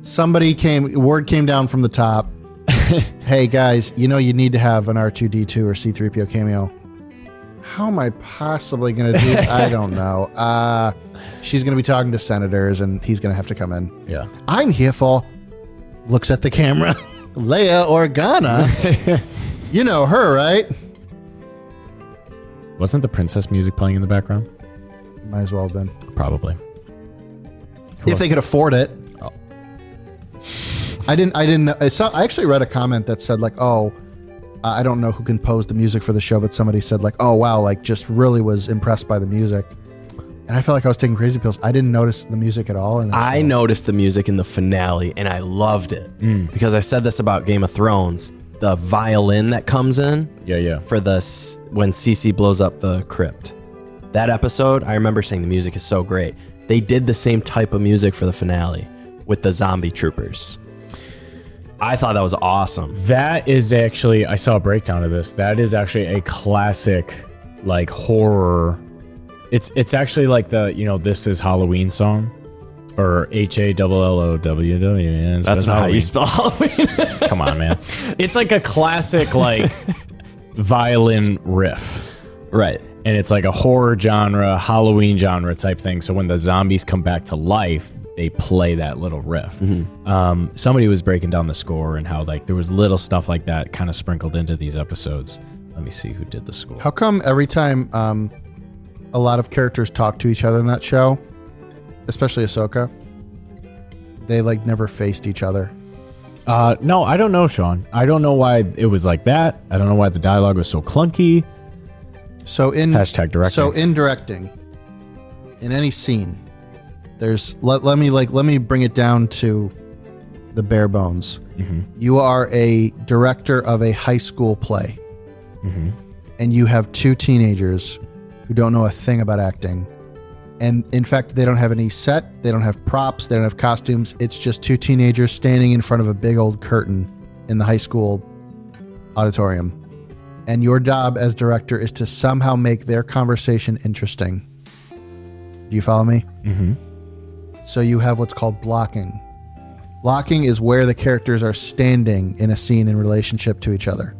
Speaker 5: somebody came, word came down from the top. hey guys, you know you need to have an R2D2 or C3PO cameo. How am I possibly going to do? I don't know. Uh, she's going to be talking to senators, and he's going to have to come in.
Speaker 4: Yeah.
Speaker 5: I'm here for looks at the camera. Leia Organa. you know her, right?
Speaker 4: Wasn't the princess music playing in the background?
Speaker 5: Might as well have been.
Speaker 4: Probably.
Speaker 5: if they could afford it.
Speaker 4: Oh.
Speaker 5: I didn't I didn't I saw I actually read a comment that said like, "Oh, I don't know who composed the music for the show, but somebody said like, "Oh, wow, like just really was impressed by the music." And I felt like I was taking crazy pills. I didn't notice the music at all. And
Speaker 6: I noticed the music in the finale and I loved it because I said this about Game of Thrones. The violin that comes in
Speaker 4: Yeah, yeah.
Speaker 6: for the s- when Cece blows up the crypt. That episode, I remember saying the music is so great. They did the same type of music for the finale with the zombie troopers. I thought that was awesome.
Speaker 4: That is actually I saw a breakdown of this. That is actually a classic like horror. It's it's actually like the, you know, this is Halloween song or H A double L O W W. E. That's,
Speaker 6: That's not how you spell Halloween.
Speaker 4: Come on, man. It's like a classic like violin riff.
Speaker 6: right.
Speaker 4: and it's like a horror genre, Halloween genre type thing. So when the zombies come back to life, they play that little riff. Um, somebody was breaking down the score and how like there was little stuff like that kind of sprinkled into these episodes. Let me see who did the score.
Speaker 5: How come every time um, a lot of characters talk to each other in that show, especially Ahsoka, they like never faced each other?
Speaker 4: Uh, no, I don't know, Sean. I don't know why it was like that. I don't know why the dialogue was so clunky.
Speaker 5: So in
Speaker 4: Hashtag directing.
Speaker 5: So in directing, in any scene, there's let, let me like let me bring it down to the bare bones.
Speaker 4: Mm-hmm.
Speaker 5: You are a director of a high school play,
Speaker 4: Mm-hmm.
Speaker 5: and you have two teenagers who don't know a thing about acting, and in fact they don't have any set, they don't have props, they don't have costumes. It's just two teenagers standing in front of a big old curtain in the high school auditorium and your job as director is to somehow make their conversation interesting. Do you follow me? Mm-hmm. So you have what's called blocking. Blocking is where the characters are standing in a scene in relationship to each other.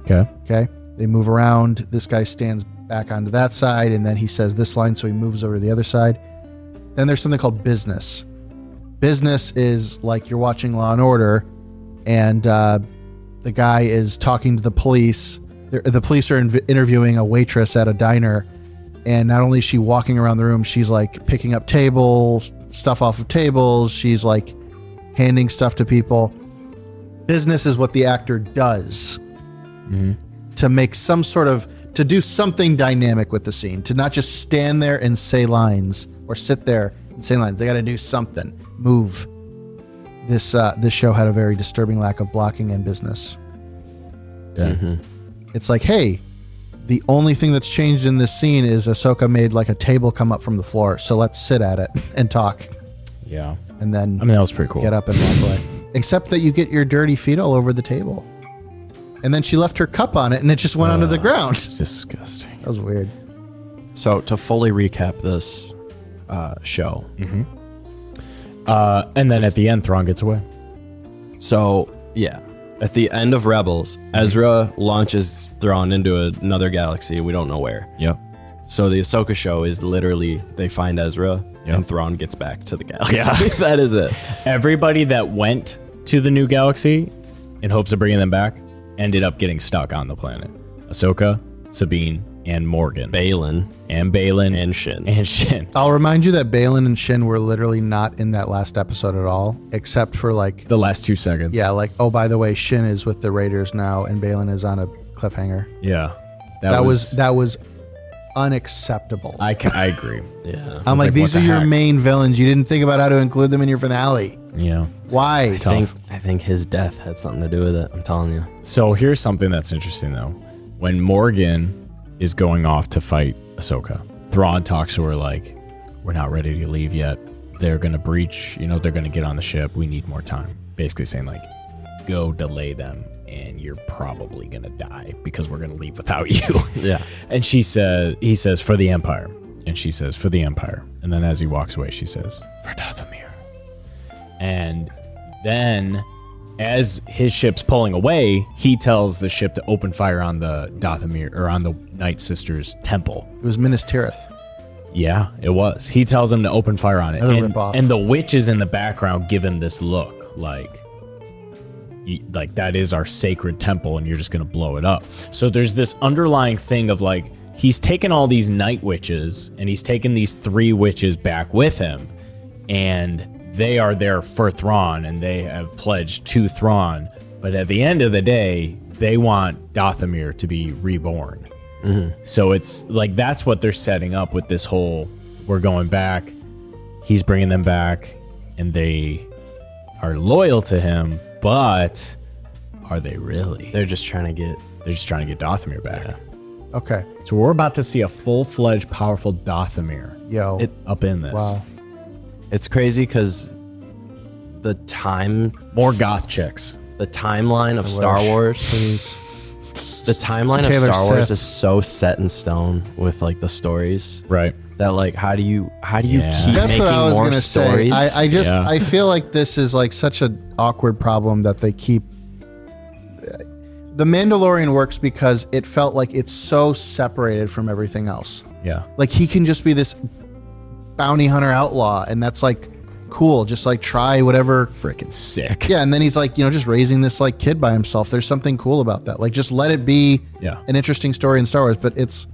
Speaker 4: Okay.
Speaker 5: Okay. They move around. This guy stands back onto that side, and then he says this line, so he moves over to the other side. Then there's something called business. Business is like you're watching Law and Order, and uh, the guy is talking to the police. They're- The police are inv- interviewing a waitress at a diner, and not only is she walking around the room, she's like picking up tables, stuff off of tables. She's like handing stuff to people. Business is what the actor does to make some sort of to do something dynamic with the scene to not just stand there and say lines or sit there and say lines they got to do something move this uh, this show had a very disturbing lack of blocking in business
Speaker 4: Yeah.
Speaker 5: it's like hey the only thing that's changed in this scene is Ahsoka made like a table come up from the floor so let's sit at it and talk
Speaker 4: Yeah.
Speaker 5: and then
Speaker 4: I mean, that was pretty cool.
Speaker 5: get up and walk away except that you get your dirty feet all over the table and then she left her cup on it and it just
Speaker 4: Uh.
Speaker 5: went onto the ground
Speaker 4: It's disgusting.
Speaker 5: that was weird
Speaker 6: So to fully recap this uh, show,
Speaker 4: Uh, and then at the end, Thrawn gets away.
Speaker 6: So yeah, at the end of Rebels, Ezra launches Thrawn into another galaxy. We don't know where.
Speaker 4: Yeah.
Speaker 6: So the Ahsoka show is literally they find Ezra and Thrawn gets back to the galaxy. that is it.
Speaker 4: Everybody that went to the new galaxy in hopes of bringing them back ended up getting stuck on the planet. Ahsoka, Sabine, and Morgan,
Speaker 6: Balin
Speaker 4: and Balin,
Speaker 6: and Shin.
Speaker 4: and Shin.
Speaker 5: I'll remind you that Balin and Shin were literally not in that last episode at all, except for like,
Speaker 4: The last two seconds.
Speaker 5: yeah, like, oh, by the way, Shin is with the Raiders now, and Balin is on a cliffhanger.
Speaker 4: yeah.
Speaker 5: That, was, that was unacceptable. I,
Speaker 4: I, ca- I agree.
Speaker 6: yeah.
Speaker 5: am like,
Speaker 4: like,
Speaker 5: these are
Speaker 4: what the
Speaker 5: your
Speaker 4: heck?
Speaker 5: main villains. You didn't think about how to include them in your finale.
Speaker 4: yeah.
Speaker 5: Why?
Speaker 6: I think, I think his death had something to do with it. I'm telling you.
Speaker 4: So here's something that's interesting though. When Morgan is going off to fight Ahsoka, Thrawn talks to her like, "We're not ready to leave yet. They're gonna breach. You know, they're gonna get on the ship. We need more time." Basically saying like, "Go delay them and you're probably gonna die because we're gonna leave without you.
Speaker 6: Yeah.
Speaker 4: And she says, he says, for the Empire. And she says, for the Empire. And then as he walks away, she says, for Dathomir. And then as his ship's pulling away, he tells the ship to open fire on the Dathomir or on the Night Sister's temple.
Speaker 5: It was Minas Tirith.
Speaker 4: Yeah, it was. He tells him to open fire on it.
Speaker 5: Another
Speaker 4: And,
Speaker 5: ripoff.
Speaker 4: and the witches in the background give him this look like y- like that is our sacred temple and you're just going to blow it up. So there's this underlying thing of like he's taken all these night witches and he's taken these three witches back with him and they are there for Thrawn and they have pledged to Thrawn, but at the end of the day, they want Dathomir to be reborn. So it's like that's what they're setting up with this whole we're going back, he's bringing them back, and they are loyal to him, but are they really? They're,
Speaker 6: They're just trying to get.
Speaker 4: they're just trying to get Dothmir back.
Speaker 5: Okay.
Speaker 4: So we're about to see a full fledged, powerful Dothmir
Speaker 5: Yo.
Speaker 6: It-
Speaker 4: up in this.
Speaker 5: wow.
Speaker 6: It's crazy because the time,
Speaker 4: More goth chicks.
Speaker 6: the timeline of Star
Speaker 5: wish.
Speaker 6: Wars,
Speaker 5: Please.
Speaker 6: the timeline of
Speaker 5: Taylor
Speaker 6: Star Wars
Speaker 5: Swift.
Speaker 6: is so set in stone with like the stories
Speaker 4: Right.
Speaker 6: that like how do you how do you
Speaker 4: Yeah.
Speaker 6: keep
Speaker 5: That's
Speaker 6: making
Speaker 5: what I was
Speaker 6: more
Speaker 5: gonna
Speaker 6: stories?
Speaker 5: say. I, I just
Speaker 4: Yeah.
Speaker 5: I feel like this is like such an awkward problem that they keep. The Mandalorian works because it felt like it's so separated from everything else.
Speaker 4: Yeah.
Speaker 5: Like he can just be this bounty hunter outlaw, and that's like cool. Just like try whatever.
Speaker 4: Freaking sick.
Speaker 5: Yeah, and then he's like, you know, just raising this like kid by himself. There's something cool about that. Like, just let it be
Speaker 4: Yeah.
Speaker 5: an interesting story in Star Wars. But it's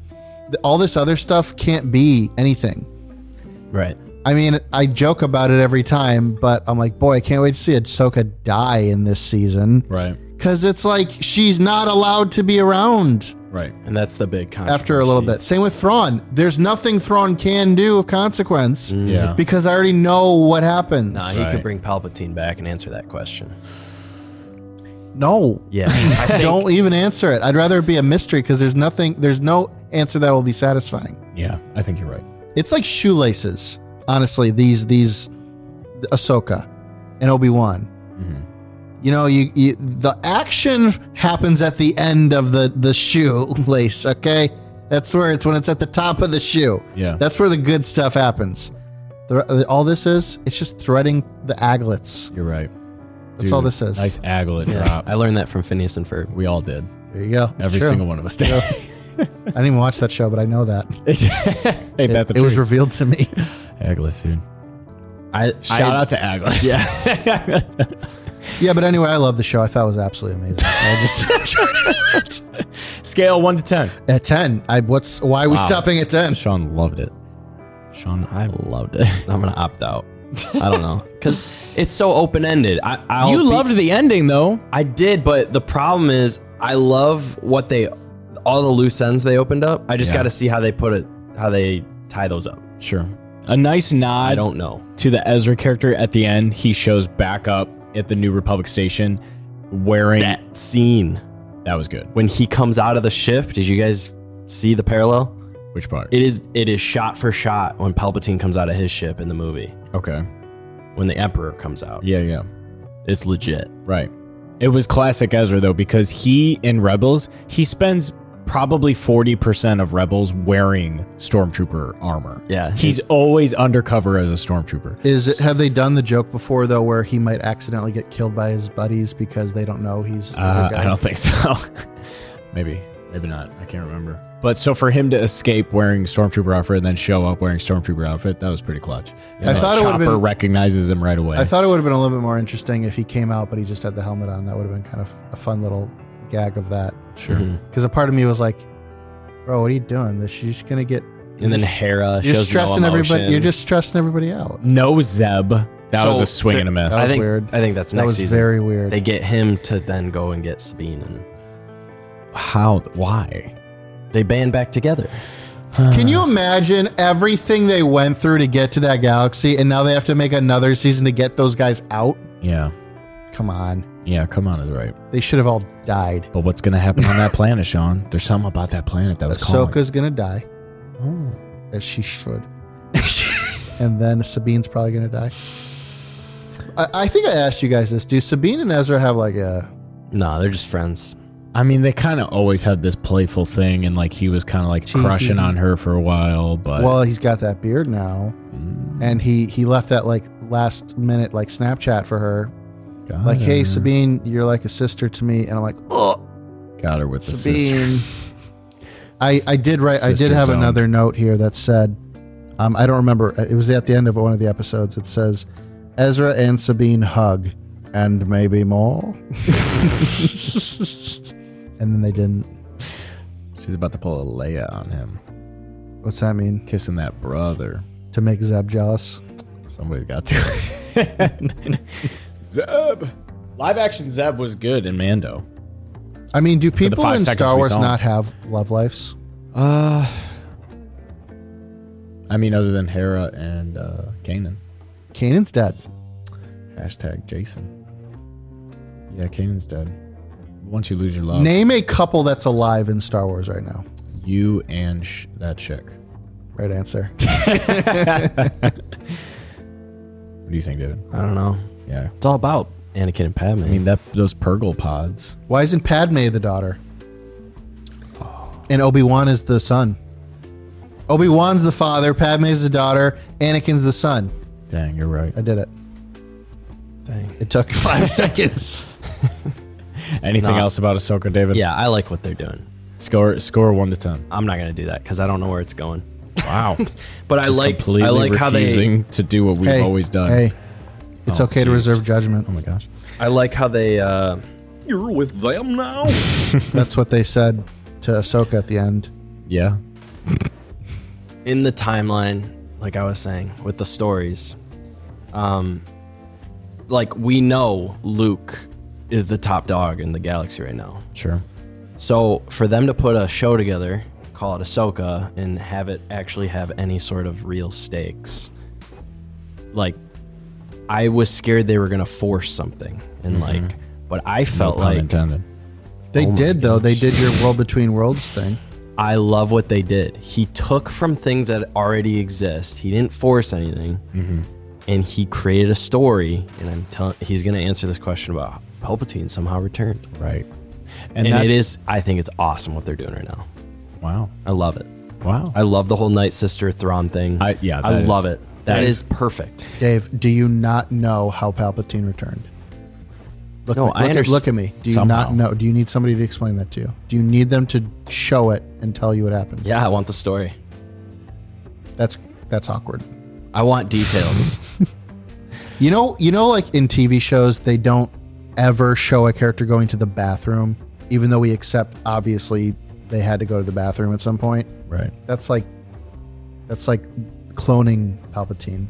Speaker 5: th- all this other stuff can't be anything.
Speaker 6: right.
Speaker 5: I mean, I joke about it every time, but I'm like, boy, I can't wait to see Ahsoka die in this season
Speaker 4: Right.
Speaker 5: because it's like she's not allowed to be around
Speaker 4: Right.
Speaker 6: And that's the big controversy.
Speaker 5: after a little bit. Same with Thrawn. There's nothing Thrawn can do of consequence
Speaker 4: Yeah.
Speaker 5: because I already know what happens.
Speaker 6: Mm. Nah, he
Speaker 4: Right.
Speaker 6: could bring Palpatine back and answer that question.
Speaker 5: no,
Speaker 6: Yeah. I think-
Speaker 5: don't even answer it. I'd rather it be a mystery because there's nothing, there's no answer that will be satisfying.
Speaker 4: Yeah. I think you're right.
Speaker 5: It's like shoelaces, honestly. These these Ahsoka and Obi Wan.
Speaker 4: Mm-hmm.
Speaker 5: You know, you, you the action happens at the end of the the shoelace. Okay, that's where it's when it's at the top of the shoe.
Speaker 4: Yeah.
Speaker 5: that's where the good stuff happens. The, all this is, it's just threading the aglets.
Speaker 4: You're right.
Speaker 5: That's all this is.
Speaker 4: Nice aglet drop.
Speaker 6: I learned that from Phineas and Ferb.
Speaker 4: We all did.
Speaker 5: There you go. It's
Speaker 4: Every
Speaker 5: true.
Speaker 4: single one of us did.
Speaker 5: I didn't even watch that show, but I know that
Speaker 4: Ain't that the
Speaker 5: it was
Speaker 4: truth?
Speaker 5: revealed to me.
Speaker 4: Aglet, dude.
Speaker 6: I
Speaker 4: Shout
Speaker 6: I,
Speaker 4: out to Aglet. Yeah.
Speaker 5: yeah, but anyway, I love the show. I thought it was absolutely amazing. I just
Speaker 4: Scale one to ten.
Speaker 5: at ten. I what's why are we stopping at ten?
Speaker 4: Sean loved it. Sean, I loved it.
Speaker 6: I'm gonna opt out. I don't know because it's so open ended. I I'll
Speaker 4: you
Speaker 6: be-
Speaker 4: loved the ending though.
Speaker 6: I did, but the problem is I love what they all the loose ends they opened up. I just
Speaker 4: Yeah.
Speaker 6: got to see how they put it, how they tie those up.
Speaker 4: Sure. A nice nod
Speaker 6: I don't know.
Speaker 4: to the Ezra character at the end. He shows back up at the New Republic station wearing that,
Speaker 6: That scene
Speaker 4: was good.
Speaker 6: when he comes out of the ship. Did you guys see the parallel?
Speaker 4: Which part?
Speaker 6: It is it is shot for shot when Palpatine comes out of his ship in the movie.
Speaker 4: okay.
Speaker 6: When the Emperor comes out,
Speaker 4: Yeah, yeah.
Speaker 6: it's legit.
Speaker 4: Right. It was classic Ezra though because he in Rebels, he spends probably 40% of Rebels wearing stormtrooper armor.
Speaker 6: Yeah.
Speaker 4: He's always undercover as a stormtrooper.
Speaker 5: Is it, have they done the joke before though, where he might accidentally get killed by his buddies because they don't know he's? a
Speaker 4: Uh,
Speaker 5: good
Speaker 4: I
Speaker 5: guy?
Speaker 4: don't think so. maybe, maybe not. I can't remember. But so for him to escape wearing stormtrooper outfit and then show up wearing stormtrooper outfit, that was pretty clutch. And
Speaker 5: I
Speaker 4: then
Speaker 5: thought it would've
Speaker 4: Chopper
Speaker 5: been-
Speaker 4: recognizes him right away.
Speaker 5: I thought it would have been a little bit more interesting if he came out, but he just had the helmet on. That would have been kind of a fun little gag of that.
Speaker 4: sure.
Speaker 6: Mm-hmm.
Speaker 5: Because a part of me was like, "Bro, what are you doing? This she's gonna get."
Speaker 6: And then Hera
Speaker 5: You're
Speaker 6: shows
Speaker 5: stressing
Speaker 6: no
Speaker 5: everybody.
Speaker 6: emotion.
Speaker 5: You're just stressing everybody out.
Speaker 4: No Zeb. That was
Speaker 6: So
Speaker 4: a swing and a miss.
Speaker 5: That
Speaker 6: I
Speaker 5: was
Speaker 6: think
Speaker 5: weird.
Speaker 6: I think that's
Speaker 5: That
Speaker 6: next
Speaker 5: was
Speaker 6: season.
Speaker 5: very weird.
Speaker 6: they get him to then go and get Sabine, and
Speaker 4: How? Why?
Speaker 6: they band back together.
Speaker 5: Can you imagine everything they went through to get to that galaxy, and now they have to make another season to get those guys out?
Speaker 4: Yeah.
Speaker 5: Come on,
Speaker 4: Yeah. Come on, is right.
Speaker 5: they should have all died.
Speaker 4: But what's gonna happen on that planet, Sean? There's something about that planet that was Oh. calling.
Speaker 5: Ahsoka's gonna die, as she should, and then Sabine's probably gonna die. I, I think I asked you guys this: Do Sabine and Ezra have like a
Speaker 6: Nah, they're just friends.
Speaker 4: I mean, they kind of always had this playful thing, and like he was kind of like crushing on her for a while, but Mm,
Speaker 5: Well, he's got that beard now, and he he left that like last minute like Snapchat for her,
Speaker 4: got
Speaker 5: like, "Hey
Speaker 4: her.
Speaker 5: Sabine, you're like a sister to me," and I'm like, "Oh,
Speaker 4: got her with the sister.
Speaker 5: Sabine." I I did write. I did
Speaker 4: Sister
Speaker 5: have
Speaker 4: zone.
Speaker 5: another note here that said, um, I don't remember. It was at the end of one of the episodes. It says, "Ezra and Sabine hug, and maybe more," and then they didn't.
Speaker 4: She's about to pull a Leia on him,
Speaker 5: What's that mean?
Speaker 4: kissing that brother.
Speaker 5: To make Zeb jealous?
Speaker 4: Somebody's got to. Zeb, live action Zeb was good in Mando.
Speaker 5: I mean, do
Speaker 4: the
Speaker 5: people
Speaker 4: five
Speaker 5: in
Speaker 4: seconds
Speaker 5: Star
Speaker 4: we
Speaker 5: Wars
Speaker 4: saw 'em.
Speaker 5: not have love lives?
Speaker 4: Uh, I mean, other than Hera and uh, Kanan.
Speaker 5: Kanan's dead.
Speaker 4: Hashtag Jason. Yeah, Kanan's dead. Once you lose your love,
Speaker 5: Name a couple that's alive in Star Wars right now.
Speaker 4: you and sh- that chick.
Speaker 5: Right answer.
Speaker 4: What do you think, dude?
Speaker 6: I don't know.
Speaker 4: Yeah.
Speaker 6: It's all about Anakin and Padme.
Speaker 4: I mean that those Purgle pods.
Speaker 5: Why isn't Padme the daughter? And Obi Wan is the son. Obi Wan's the father. Padme's the daughter. Anakin's the son.
Speaker 4: Dang, you're right.
Speaker 5: I did it.
Speaker 6: Dang.
Speaker 5: It took five seconds.
Speaker 4: Anything
Speaker 6: Nah.
Speaker 4: else about Ahsoka, David?
Speaker 6: yeah, I like what they're doing.
Speaker 4: Score score one to ten.
Speaker 6: I'm not gonna do that because I don't know where it's going.
Speaker 4: Wow.
Speaker 6: But I
Speaker 4: Just
Speaker 6: like
Speaker 4: completely
Speaker 6: I like how they
Speaker 4: refusing to do what we've
Speaker 5: Hey,
Speaker 4: always done.
Speaker 5: Hey, it's
Speaker 4: Oh,
Speaker 5: okay to
Speaker 4: jeez.
Speaker 5: reserve judgment.
Speaker 4: Oh my gosh.
Speaker 6: I like how they uh,
Speaker 1: You're with them now?
Speaker 5: That's what they said to Ahsoka at the end.
Speaker 4: Yeah.
Speaker 6: in the timeline, like I was saying, with the stories, um, like we know Luke is the top dog in the galaxy right now.
Speaker 4: Sure.
Speaker 6: So for them to put a show together, call it Ahsoka, and have it actually have any sort of real stakes, like I was scared they were gonna force something, and like, but I felt
Speaker 4: Pun
Speaker 6: like
Speaker 4: intended. Oh
Speaker 5: They did though. They did your world between worlds thing.
Speaker 6: I love what they did. He took from things that already exist. He didn't force anything, and he created a story. And I'm telling, he's going to answer this question about Palpatine somehow returned.
Speaker 4: Right.
Speaker 6: And, it
Speaker 4: that's-
Speaker 6: is, I think it's awesome what they're doing right now.
Speaker 4: Wow.
Speaker 6: I love it.
Speaker 4: Wow.
Speaker 6: I love the whole Night Sister Thrawn thing.
Speaker 4: I- yeah,
Speaker 6: I
Speaker 4: that is-
Speaker 6: love it.
Speaker 4: that
Speaker 6: That
Speaker 4: is-
Speaker 6: is perfect.
Speaker 5: Dave, do you not know how Palpatine returned? Look,
Speaker 6: No,
Speaker 5: me-
Speaker 6: I
Speaker 5: look, at,
Speaker 6: underst-
Speaker 5: look at me. Do you
Speaker 4: Somehow.
Speaker 5: not know? Do you need somebody to explain that to you? Do you need them to show it and tell you what happened?
Speaker 6: Yeah, I want the story.
Speaker 5: That's that's awkward.
Speaker 6: I want details.
Speaker 5: You know, you know, like in TV shows, they don't ever show a character going to the bathroom, even though we accept obviously they had to go to the bathroom at some point.
Speaker 4: right.
Speaker 5: That's like that's like cloning Palpatine.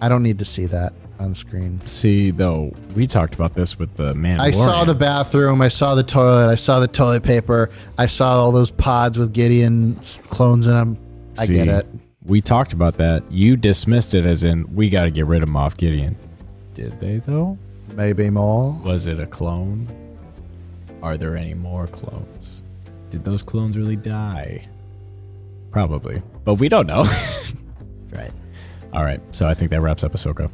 Speaker 5: I don't need to see that on screen.
Speaker 4: See, though, we talked about this with the man.
Speaker 5: I saw the bathroom. I saw the toilet. I saw the toilet paper. I saw all those pods with Gideon's clones in them. I get it.
Speaker 4: We talked about that. You dismissed it as in we got to get rid of Moff Gideon. Did they though?
Speaker 5: Maybe more.
Speaker 4: Was it a clone? Are there any more clones? Did those clones really die? Probably, but we don't know.
Speaker 6: right.
Speaker 4: All right, so I think that wraps up Ahsoka.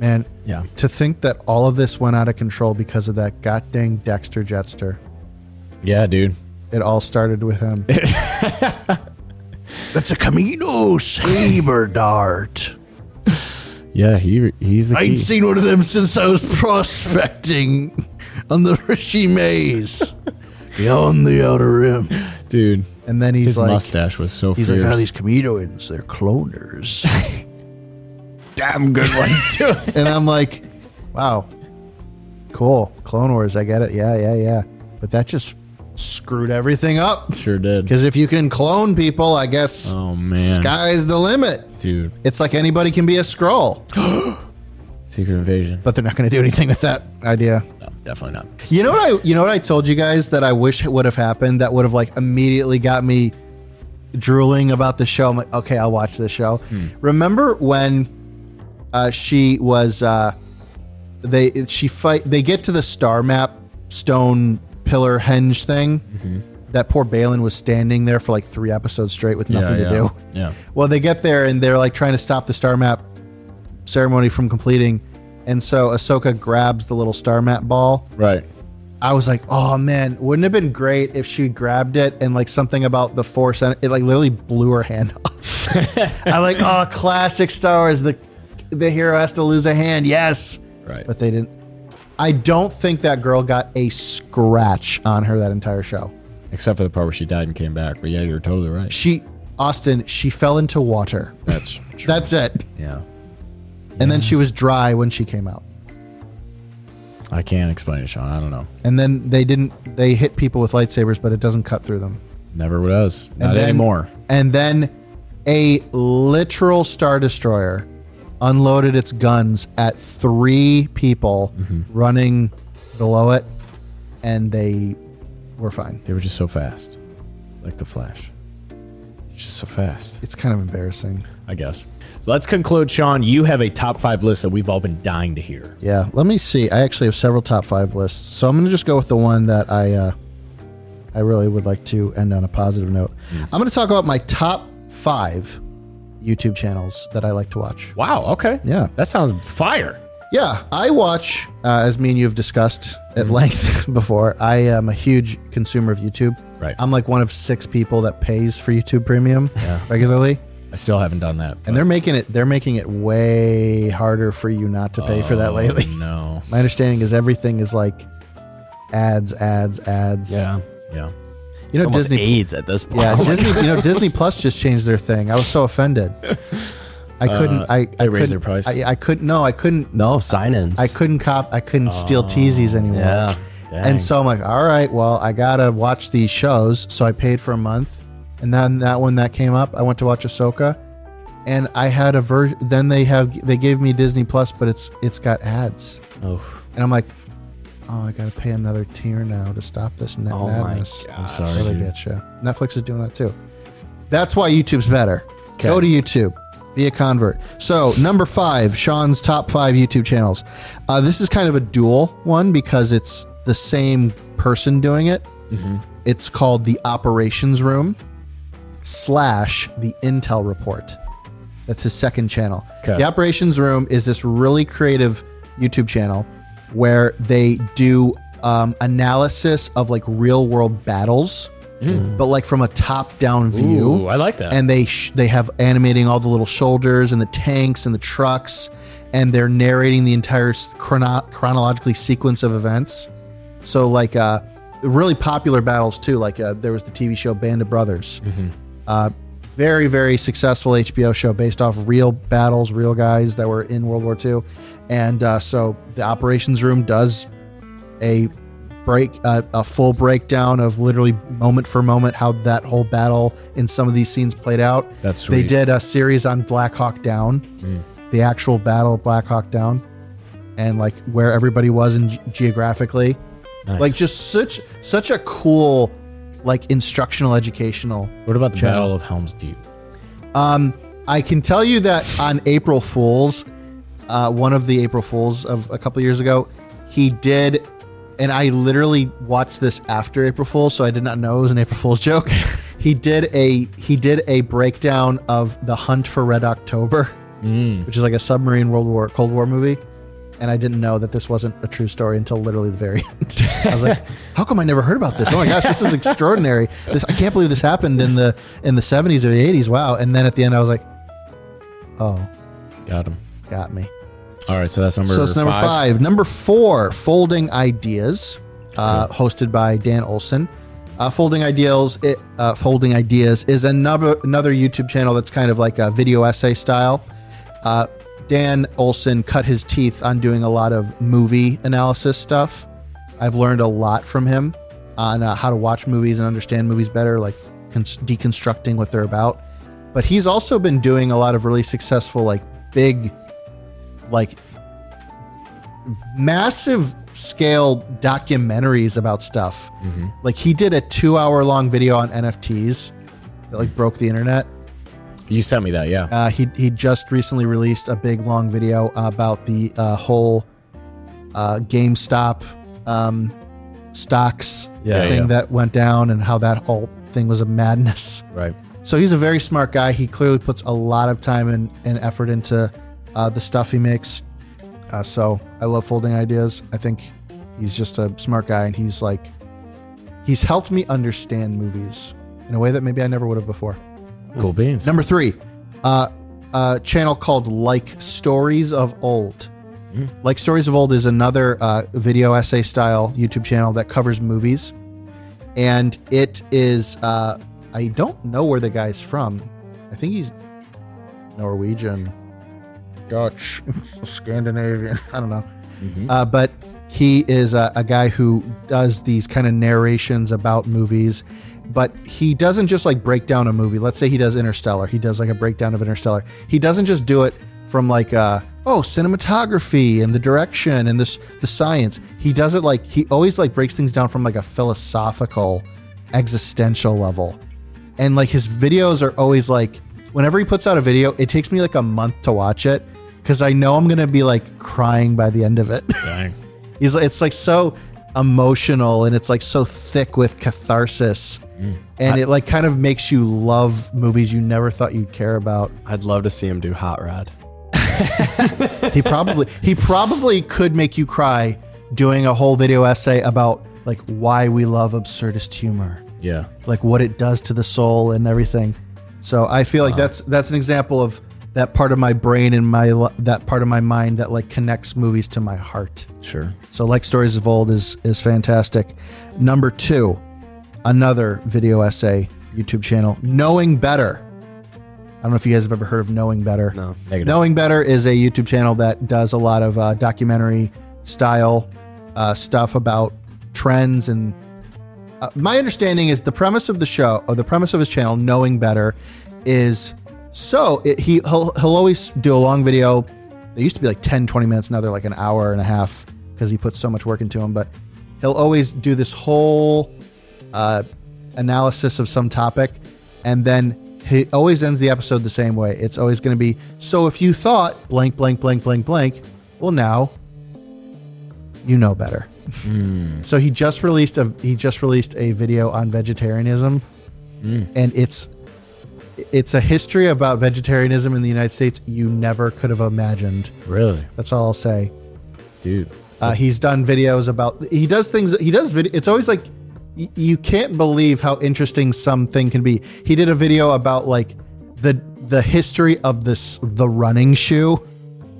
Speaker 5: Man,
Speaker 6: Yeah.
Speaker 5: to think that all of this went out of control because of that god dang Dexter Jetster.
Speaker 4: Yeah, dude.
Speaker 5: It all started with him.
Speaker 2: That's a Camino saber dart.
Speaker 4: Yeah, he he's the
Speaker 2: I ain't seen one of them since I was prospecting on the Rishi Maze beyond the Outer Rim.
Speaker 4: dude.
Speaker 5: And then he's
Speaker 4: His
Speaker 5: like, "Ah,
Speaker 4: mustache was so
Speaker 2: He's
Speaker 4: fierce.
Speaker 2: like, oh, these Caminoans, they're cloners.
Speaker 4: damn good ones too.
Speaker 5: and I'm like, wow, cool. Clone Wars, I get it. Yeah, yeah, yeah. But that just screwed everything up.
Speaker 4: sure did.
Speaker 5: Because if you can clone people, I guess
Speaker 4: Oh man,
Speaker 5: sky's the limit.
Speaker 4: dude.
Speaker 5: It's like anybody can be a scroll,
Speaker 4: Secret Invasion.
Speaker 5: but they're not going to do anything with that idea.
Speaker 4: No, definitely not.
Speaker 5: You know what I? You know what I told you guys that I wish it would have happened. That would have like immediately got me drooling about the show. I'm like, okay, I'll watch the show.
Speaker 4: Hmm.
Speaker 5: Remember when uh, she was? Uh, they she fight. They get to the star map stone pillar henge thing.
Speaker 4: Mm-hmm.
Speaker 5: That poor Balin was standing there for like three episodes straight with nothing
Speaker 4: yeah,
Speaker 5: to do.
Speaker 4: Yeah.
Speaker 5: Well, they get there and they're like trying to stop the star map ceremony from completing. And so Ahsoka grabs the little star map ball.
Speaker 4: Right.
Speaker 5: I was like, oh man, wouldn't it have been great if she grabbed it and like something about the force and it like literally blew her hand off. I like, oh, classic Star Wars. The the hero has to lose a hand. Yes,
Speaker 4: Right.
Speaker 5: but they didn't. I don't think that girl got a scratch on her that entire show.
Speaker 4: Except for the part where she died and came back. But yeah, you're totally right.
Speaker 5: She, Austin, she fell into water.
Speaker 4: That's true.
Speaker 5: That's it.
Speaker 4: yeah.
Speaker 5: And then she was dry when she came out.
Speaker 4: I can't explain it, Sean. I don't know.
Speaker 5: And then they didn't. They hit people with lightsabers, but it doesn't cut through them.
Speaker 4: Never does.
Speaker 5: And
Speaker 4: Not
Speaker 5: then-
Speaker 4: anymore.
Speaker 5: And then a literal Star Destroyer unloaded its guns at three people running below it, and they were fine.
Speaker 4: They were just so fast. Like the Flash. Just so fast.
Speaker 5: It's kind of embarrassing.
Speaker 4: I guess. So let's conclude, Sean. You have a top five list that we've all been dying to hear.
Speaker 5: Yeah, let me see. I actually have several top five lists, so I'm gonna just go with the one that I uh, I really would like to end on a positive note. I'm gonna talk about my top five YouTube channels that I like to watch.
Speaker 4: Wow. Okay.
Speaker 5: Yeah.
Speaker 4: That sounds fire.
Speaker 5: Yeah, I watch, uh, as me and you have discussed at
Speaker 4: Mm-hmm.
Speaker 5: length before, I am a huge consumer of YouTube.
Speaker 4: Right.
Speaker 5: I'm like one of six people that pays for YouTube Premium regularly,
Speaker 4: I still haven't done that.
Speaker 5: and they're making it they're making it way harder for you not to pay for
Speaker 4: Oh.
Speaker 5: that lately.
Speaker 4: No.
Speaker 5: My understanding is everything is like ads, ads, ads.
Speaker 4: Yeah. Oh
Speaker 5: you know
Speaker 6: Almost
Speaker 5: Disney.
Speaker 6: AIDS at this point.
Speaker 5: Yeah, Disney. You know Disney Plus just changed their thing. I was so offended. I couldn't. I, I
Speaker 4: Uh, they raised their
Speaker 5: couldn't-
Speaker 4: price?
Speaker 5: I, I couldn't. No, I couldn't.
Speaker 6: No sign-ins.
Speaker 5: I couldn't cop. I couldn't steal
Speaker 4: Oh,
Speaker 5: teasies anymore.
Speaker 6: Yeah.
Speaker 5: And so I'm like, all right, well, I gotta watch these shows. So I paid for a month, and then that when that came up, I went to watch Ahsoka, and I had a version. Then they have they gave me Disney Plus, but it's it's got ads,
Speaker 4: Oh,
Speaker 5: and I'm like, oh, I gotta pay another tier now to stop this net
Speaker 6: Oh my
Speaker 5: madness.
Speaker 4: I'm sorry.
Speaker 5: Really
Speaker 4: dude.
Speaker 5: get you. Netflix is doing that too. That's why YouTube's better.
Speaker 4: Okay.
Speaker 5: Go to YouTube. Be a convert. So number five, Sean's top five YouTube channels. Uh, this is kind of a dual one because it's the same person doing it.
Speaker 4: Mm-hmm.
Speaker 5: It's called the Operations Room slash the Intel Report. That's his second channel.
Speaker 4: Okay.
Speaker 5: The Operations Room is this really creative YouTube channel where they do um, analysis of like real world battles, but like from a top down view
Speaker 4: Hmm. Ooh, I like that.
Speaker 5: and they sh- they have animating all the little shoulders and the tanks and the trucks and they're narrating the entire s- chrono- chronologically sequence of events so like uh really popular battles too like uh, there was the tv show band of brothers uh very very successful hbo show based off real battles real guys that were in world war ii and uh, so the operations room does a break uh, a full breakdown of literally moment for moment how that whole battle in some of these scenes played out.
Speaker 4: That's
Speaker 5: They
Speaker 4: sweet. Mm.
Speaker 5: did a series on Black Hawk Down, the actual battle of Black Hawk Down, and like where everybody was in ge- geographically.
Speaker 4: Nice.
Speaker 5: Like just such such a cool like instructional educational.
Speaker 4: What about the
Speaker 5: Channel.
Speaker 4: Battle of Helm's Deep?
Speaker 5: Um, I can tell you that on April Fools, uh, one of the April Fools of a couple years ago, he did, and I literally watched this after April Fools, so I did not know it was an April Fools joke. he did a he did a breakdown of the Hunt for Red October, which is like a submarine World War Cold War movie. And I didn't know that this wasn't a true story until literally the very end. I was like, "How come I never heard about this? Oh my gosh, this is extraordinary! This, I can't believe this happened in the in the '70s or the '80s. Wow!" And then at the end, I was like, "Oh,
Speaker 4: Got him.
Speaker 5: got me."
Speaker 4: All right, so that's number.
Speaker 5: so it's number five. Number four, Folding Ideas, uh, hosted by Dan Olson. Uh, Folding Ideals, it, uh, Folding Ideas is another another YouTube channel that's kind of like a video essay style. Uh, Dan Olson cut his teeth on doing a lot of movie analysis stuff. I've learned a lot from him on uh, how to watch movies and understand movies better, like cons- deconstructing what they're about. But he's also been doing a lot of really successful, like big, like massive scale documentaries about stuff.
Speaker 4: Mm-hmm.
Speaker 5: Like he did a two hour long video on NFTs that like broke the internet.
Speaker 4: You sent me that, yeah.
Speaker 5: Uh, he he just recently released a big long video about the uh, whole uh, GameStop um, stocks
Speaker 4: Yeah,
Speaker 5: thing
Speaker 4: yeah.
Speaker 5: that went down and how that whole thing was a madness.
Speaker 4: Right.
Speaker 5: So he's a very smart guy. He clearly puts a lot of time and, and effort into uh, the stuff he makes. Uh, so I love folding ideas. I think He's just a smart guy, and he's like, he's helped me understand movies in a way that maybe I never would have before.
Speaker 4: Cool beans.
Speaker 5: Number three, uh, a channel called Like Stories of Old. Like Stories of Old is another uh, video essay style YouTube channel that covers movies. And it is, uh, I don't know where the guy's from. I think he's Norwegian, Dutch, Scandinavian. I don't know. Uh, but he is a, a guy who does these kind of narrations about movies, but he doesn't just like break down a movie. Let's say he does Interstellar. He does like a breakdown of Interstellar. He doesn't just do it from like uh, oh cinematography and the direction and this the science. He does it like he always like breaks things down from like a philosophical, existential level, and like his videos are always like whenever he puts out a video, it takes me like a month to watch it because I know I'm gonna be like crying by the end of it.
Speaker 4: Dang.
Speaker 5: He's like, it's like so emotional and it's like so thick with catharsis. And it like kind of makes you love movies you never thought you'd care about.
Speaker 6: I'd love to see him do Hot Rod.
Speaker 5: He probably he probably could make you cry doing a whole video essay about like why we love absurdist humor,
Speaker 4: Yeah.
Speaker 5: like what it does to the soul and everything. So I feel like that's that's an example of that part of my brain and my lo- that part of my mind that like connects movies to my heart.
Speaker 4: Sure.
Speaker 5: So like stories of old is is fantastic. Number two, another video essay YouTube channel, Knowing Better. I don't know if you guys have ever heard of Knowing Better. No.
Speaker 4: Negative.
Speaker 5: Knowing Better is a YouTube channel that does a lot of uh, documentary style uh, stuff about trends and. Uh, my understanding is the premise of the show, or the premise of his channel, Knowing Better, is so it, he he'll, he'll always do a long video. They used to be like 10, 20 minutes. Now they're like an hour and a half because he puts so much work into them. But he'll always do this whole uh, analysis of some topic, and then he always ends the episode the same way. It's always going to be so if you thought blank, blank, blank, blank, blank, well now you know better. So he just released a he just released a video on vegetarianism, and it's it's a history about vegetarianism in the United States you never could have imagined.
Speaker 4: Really?
Speaker 5: That's all I'll say.
Speaker 4: Dude.
Speaker 5: Uh, he's done videos about. He does things. He does. Vid- it's always like y- you can't believe how interesting something can be. He did a video about like the the history of this the running shoe.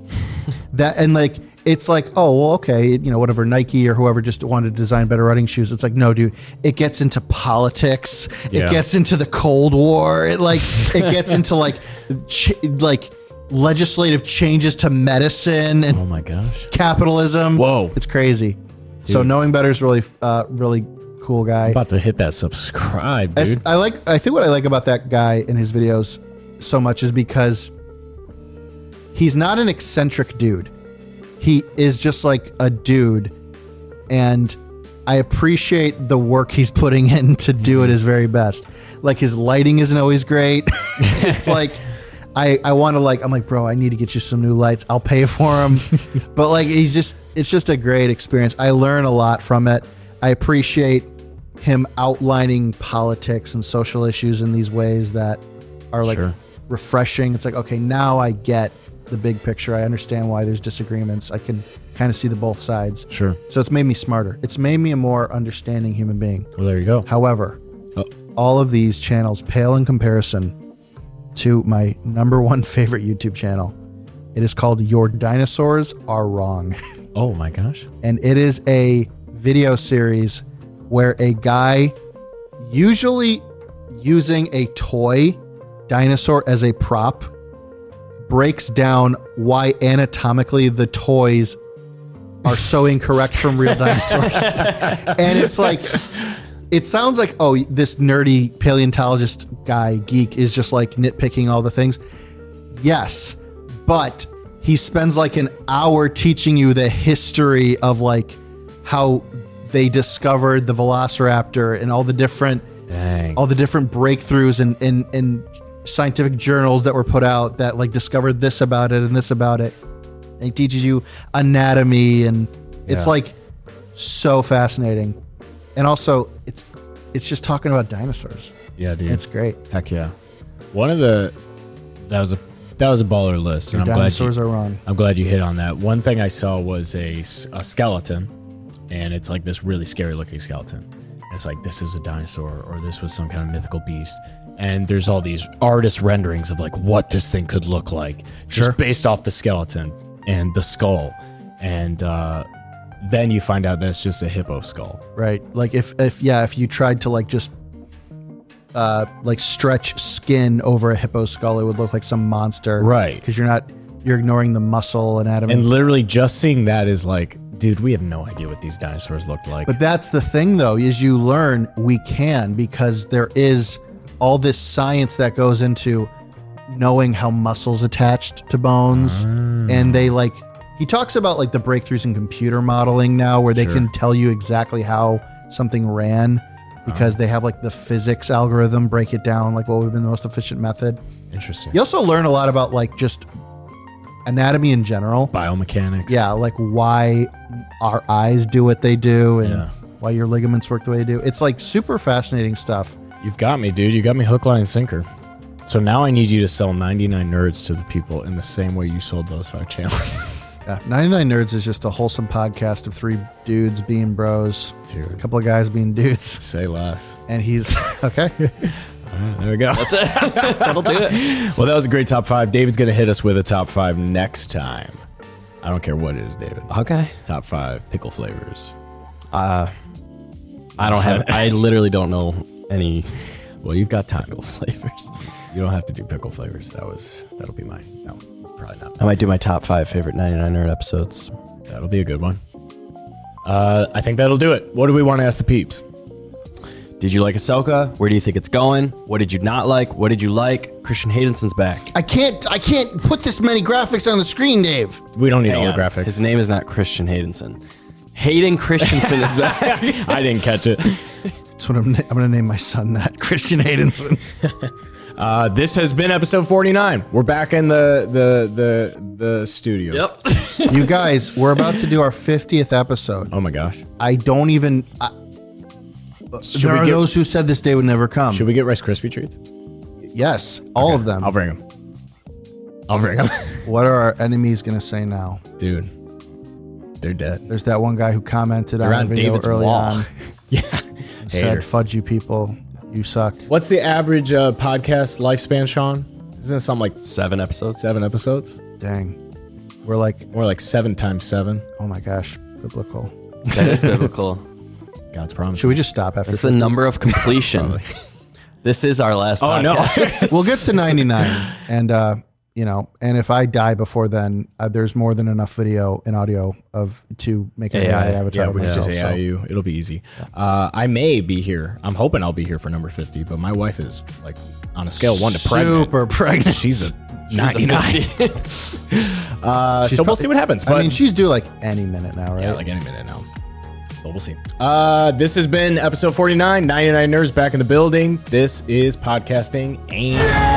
Speaker 5: that and like it's like oh well okay you know whatever Nike or whoever just wanted to design better running shoes. It's like no dude, it gets into politics.
Speaker 4: Yeah.
Speaker 5: It gets into the Cold War. It like it gets into like ch- like legislative changes to medicine and
Speaker 4: Oh my gosh.
Speaker 5: capitalism.
Speaker 4: Whoa.
Speaker 5: it's crazy. So knowing better is really, uh, really cool guy.
Speaker 4: About to hit that subscribe,
Speaker 5: I,
Speaker 4: dude.
Speaker 5: I like. I think what I like about that guy and his videos so much is because he's not an eccentric dude. He is just like a dude, and I appreciate the work he's putting in to do it his very best. Like his lighting isn't always great. it's like. I, I want to like I'm like bro I need to get you some new lights I'll pay for them but like he's just it's just a great experience I learn a lot from it I appreciate him outlining politics and social issues in these ways that are like refreshing. It's like, okay, now I get the big picture. I understand why there's disagreements. I can kind of see the both sides.
Speaker 4: Sure.
Speaker 5: So it's made me smarter. It's made me a more understanding human being.
Speaker 4: Well, there you go.
Speaker 5: However, all of these channels pale in comparison to my number one favorite YouTube channel. It is called Your Dinosaurs Are Wrong
Speaker 4: Oh my gosh.
Speaker 5: and it is a video series where a guy usually using a toy dinosaur as a prop breaks down why anatomically the toys are so incorrect from real dinosaurs and it's like it sounds like oh this nerdy paleontologist guy geek is just like nitpicking all the things yes but he spends like an hour teaching you the history of like how they discovered the velociraptor and all the different
Speaker 4: Dang.
Speaker 5: all the different breakthroughs and and and scientific journals that were put out that like discovered this about it and this about it and he teaches you anatomy and it's
Speaker 4: Yeah.
Speaker 5: like so fascinating and also it's it's just talking about dinosaurs
Speaker 4: Yeah, dude.
Speaker 5: it's great
Speaker 4: Heck yeah. One of the that was a that was a baller list, and I'm glad you,
Speaker 5: dinosaurs are wrong
Speaker 4: I'm glad you hit on that. One thing I saw was a, s- a skeleton, and it's like this really scary looking skeleton. And it's like this is a dinosaur or this was some kind of mythical beast. And there's all these artist renderings of like what this thing could look like, just based off the skeleton and the skull. And uh, then you find out that's just a hippo skull.
Speaker 5: right? Like if if yeah, if you tried to like just uh like stretch skin over a hippo skull, it would look like some monster,
Speaker 4: Right.
Speaker 5: Because you're not you're ignoring the muscle anatomy.
Speaker 4: And literally just seeing that is like, dude, we have no idea what these dinosaurs looked like.
Speaker 5: But that's the thing, though, is you learn we can because there is all this science that goes into knowing how muscles attached to bones, and they like he talks about like the breakthroughs in computer modeling now, where they can tell you exactly how something ran because they have like the physics algorithm break it down, like what would have been the most efficient method.
Speaker 4: Interesting.
Speaker 5: You also learn a lot about like just anatomy in general.
Speaker 4: Biomechanics.
Speaker 5: Yeah, like why our eyes do what they do and
Speaker 4: Yeah.
Speaker 5: why your ligaments work the way they do. It's like super fascinating stuff.
Speaker 4: You've got me, dude. You got me hook, line, and sinker. So now I need you to sell 99 nerds to the people in the same way you sold those five channels.
Speaker 5: Yeah, 99 Nerds is just a wholesome podcast of three dudes being bros, a
Speaker 4: dude,
Speaker 5: couple of guys being dudes.
Speaker 4: say less.
Speaker 5: And he's okay.
Speaker 4: There we go. That's it.
Speaker 6: That'll do it.
Speaker 4: Well, that was a great top five. David's going to hit us with a top five next time. I don't care what it is, David.
Speaker 6: Okay.
Speaker 4: Top five pickle flavors.
Speaker 6: I don't have. I literally don't know any
Speaker 4: Well, you've got time.
Speaker 6: pickle flavors.
Speaker 4: You don't have to do pickle flavors. That was, that'll be mine. No, probably not.
Speaker 6: I might do my top five favorite 99 nerd episodes.
Speaker 4: That'll be a good one. Uh, I think that'll do it. What do we want to ask the peeps?
Speaker 6: Did you like Ahsoka? Where do you think it's going? What did you not like? What did you like? Christian Haydenson's back.
Speaker 5: I can't I can't put this many graphics on the screen, Dave.
Speaker 4: We don't need all
Speaker 6: Hang
Speaker 4: the
Speaker 6: on.
Speaker 4: graphics.
Speaker 6: His name is not Christian Haydenson. Hayden Christensen is back.
Speaker 4: I didn't catch it.
Speaker 5: That's what I'm na- I'm gonna name my son that Christian Haydenson.
Speaker 4: Uh, this has been episode 49. We're back in the the the the studio.
Speaker 6: yep.
Speaker 5: you guys, we're about to do our 50th episode.
Speaker 4: Oh my gosh.
Speaker 5: I don't even I,
Speaker 4: Should
Speaker 5: there
Speaker 4: we
Speaker 5: are
Speaker 4: get
Speaker 5: those who said this day would never come.
Speaker 4: Should we get Rice Krispie treats?
Speaker 5: Yes, all of them.
Speaker 4: I'll bring them. I'll bring them,
Speaker 5: What are our enemies going to say now?
Speaker 4: dude. They're dead.
Speaker 5: There's that one guy who commented on,
Speaker 4: They're
Speaker 5: our
Speaker 4: on
Speaker 5: video
Speaker 4: David's
Speaker 5: early
Speaker 4: wall.
Speaker 5: on.
Speaker 4: yeah. Hater.
Speaker 5: Said, "Fudge you people, you suck."
Speaker 4: What's the average uh, podcast lifespan, Sean? Isn't it something like
Speaker 6: Seven episodes.
Speaker 4: seven episodes?
Speaker 5: Dang, we're like,
Speaker 4: More like seven times seven.
Speaker 5: oh my gosh, biblical.
Speaker 6: That is biblical.
Speaker 4: God's promise.
Speaker 5: Should we just stop after?
Speaker 6: It's the number of completion. this is our last.
Speaker 4: Oh no.
Speaker 5: we'll get to 99, and uh, you know, and if I die before then, uh, there's more than enough video and audio of to make an AI,
Speaker 6: AI,
Speaker 5: avatar
Speaker 4: Yeah,
Speaker 5: of
Speaker 4: we just
Speaker 5: myself.
Speaker 4: say
Speaker 5: so-
Speaker 4: AIU. It'll be easy. Uh, I may be here. I'm hoping I'll be here for number 50, but my wife is like on a scale of one to pregnant.
Speaker 5: super pregnant.
Speaker 4: She's a 99. uh, so we'll
Speaker 5: prob-
Speaker 4: see what happens. But
Speaker 5: I mean, she's due like any minute now, right?
Speaker 4: yeah, like any minute now. But we'll see. Uh, this has been episode 49. 99 Nerds back in the building. This is podcasting and.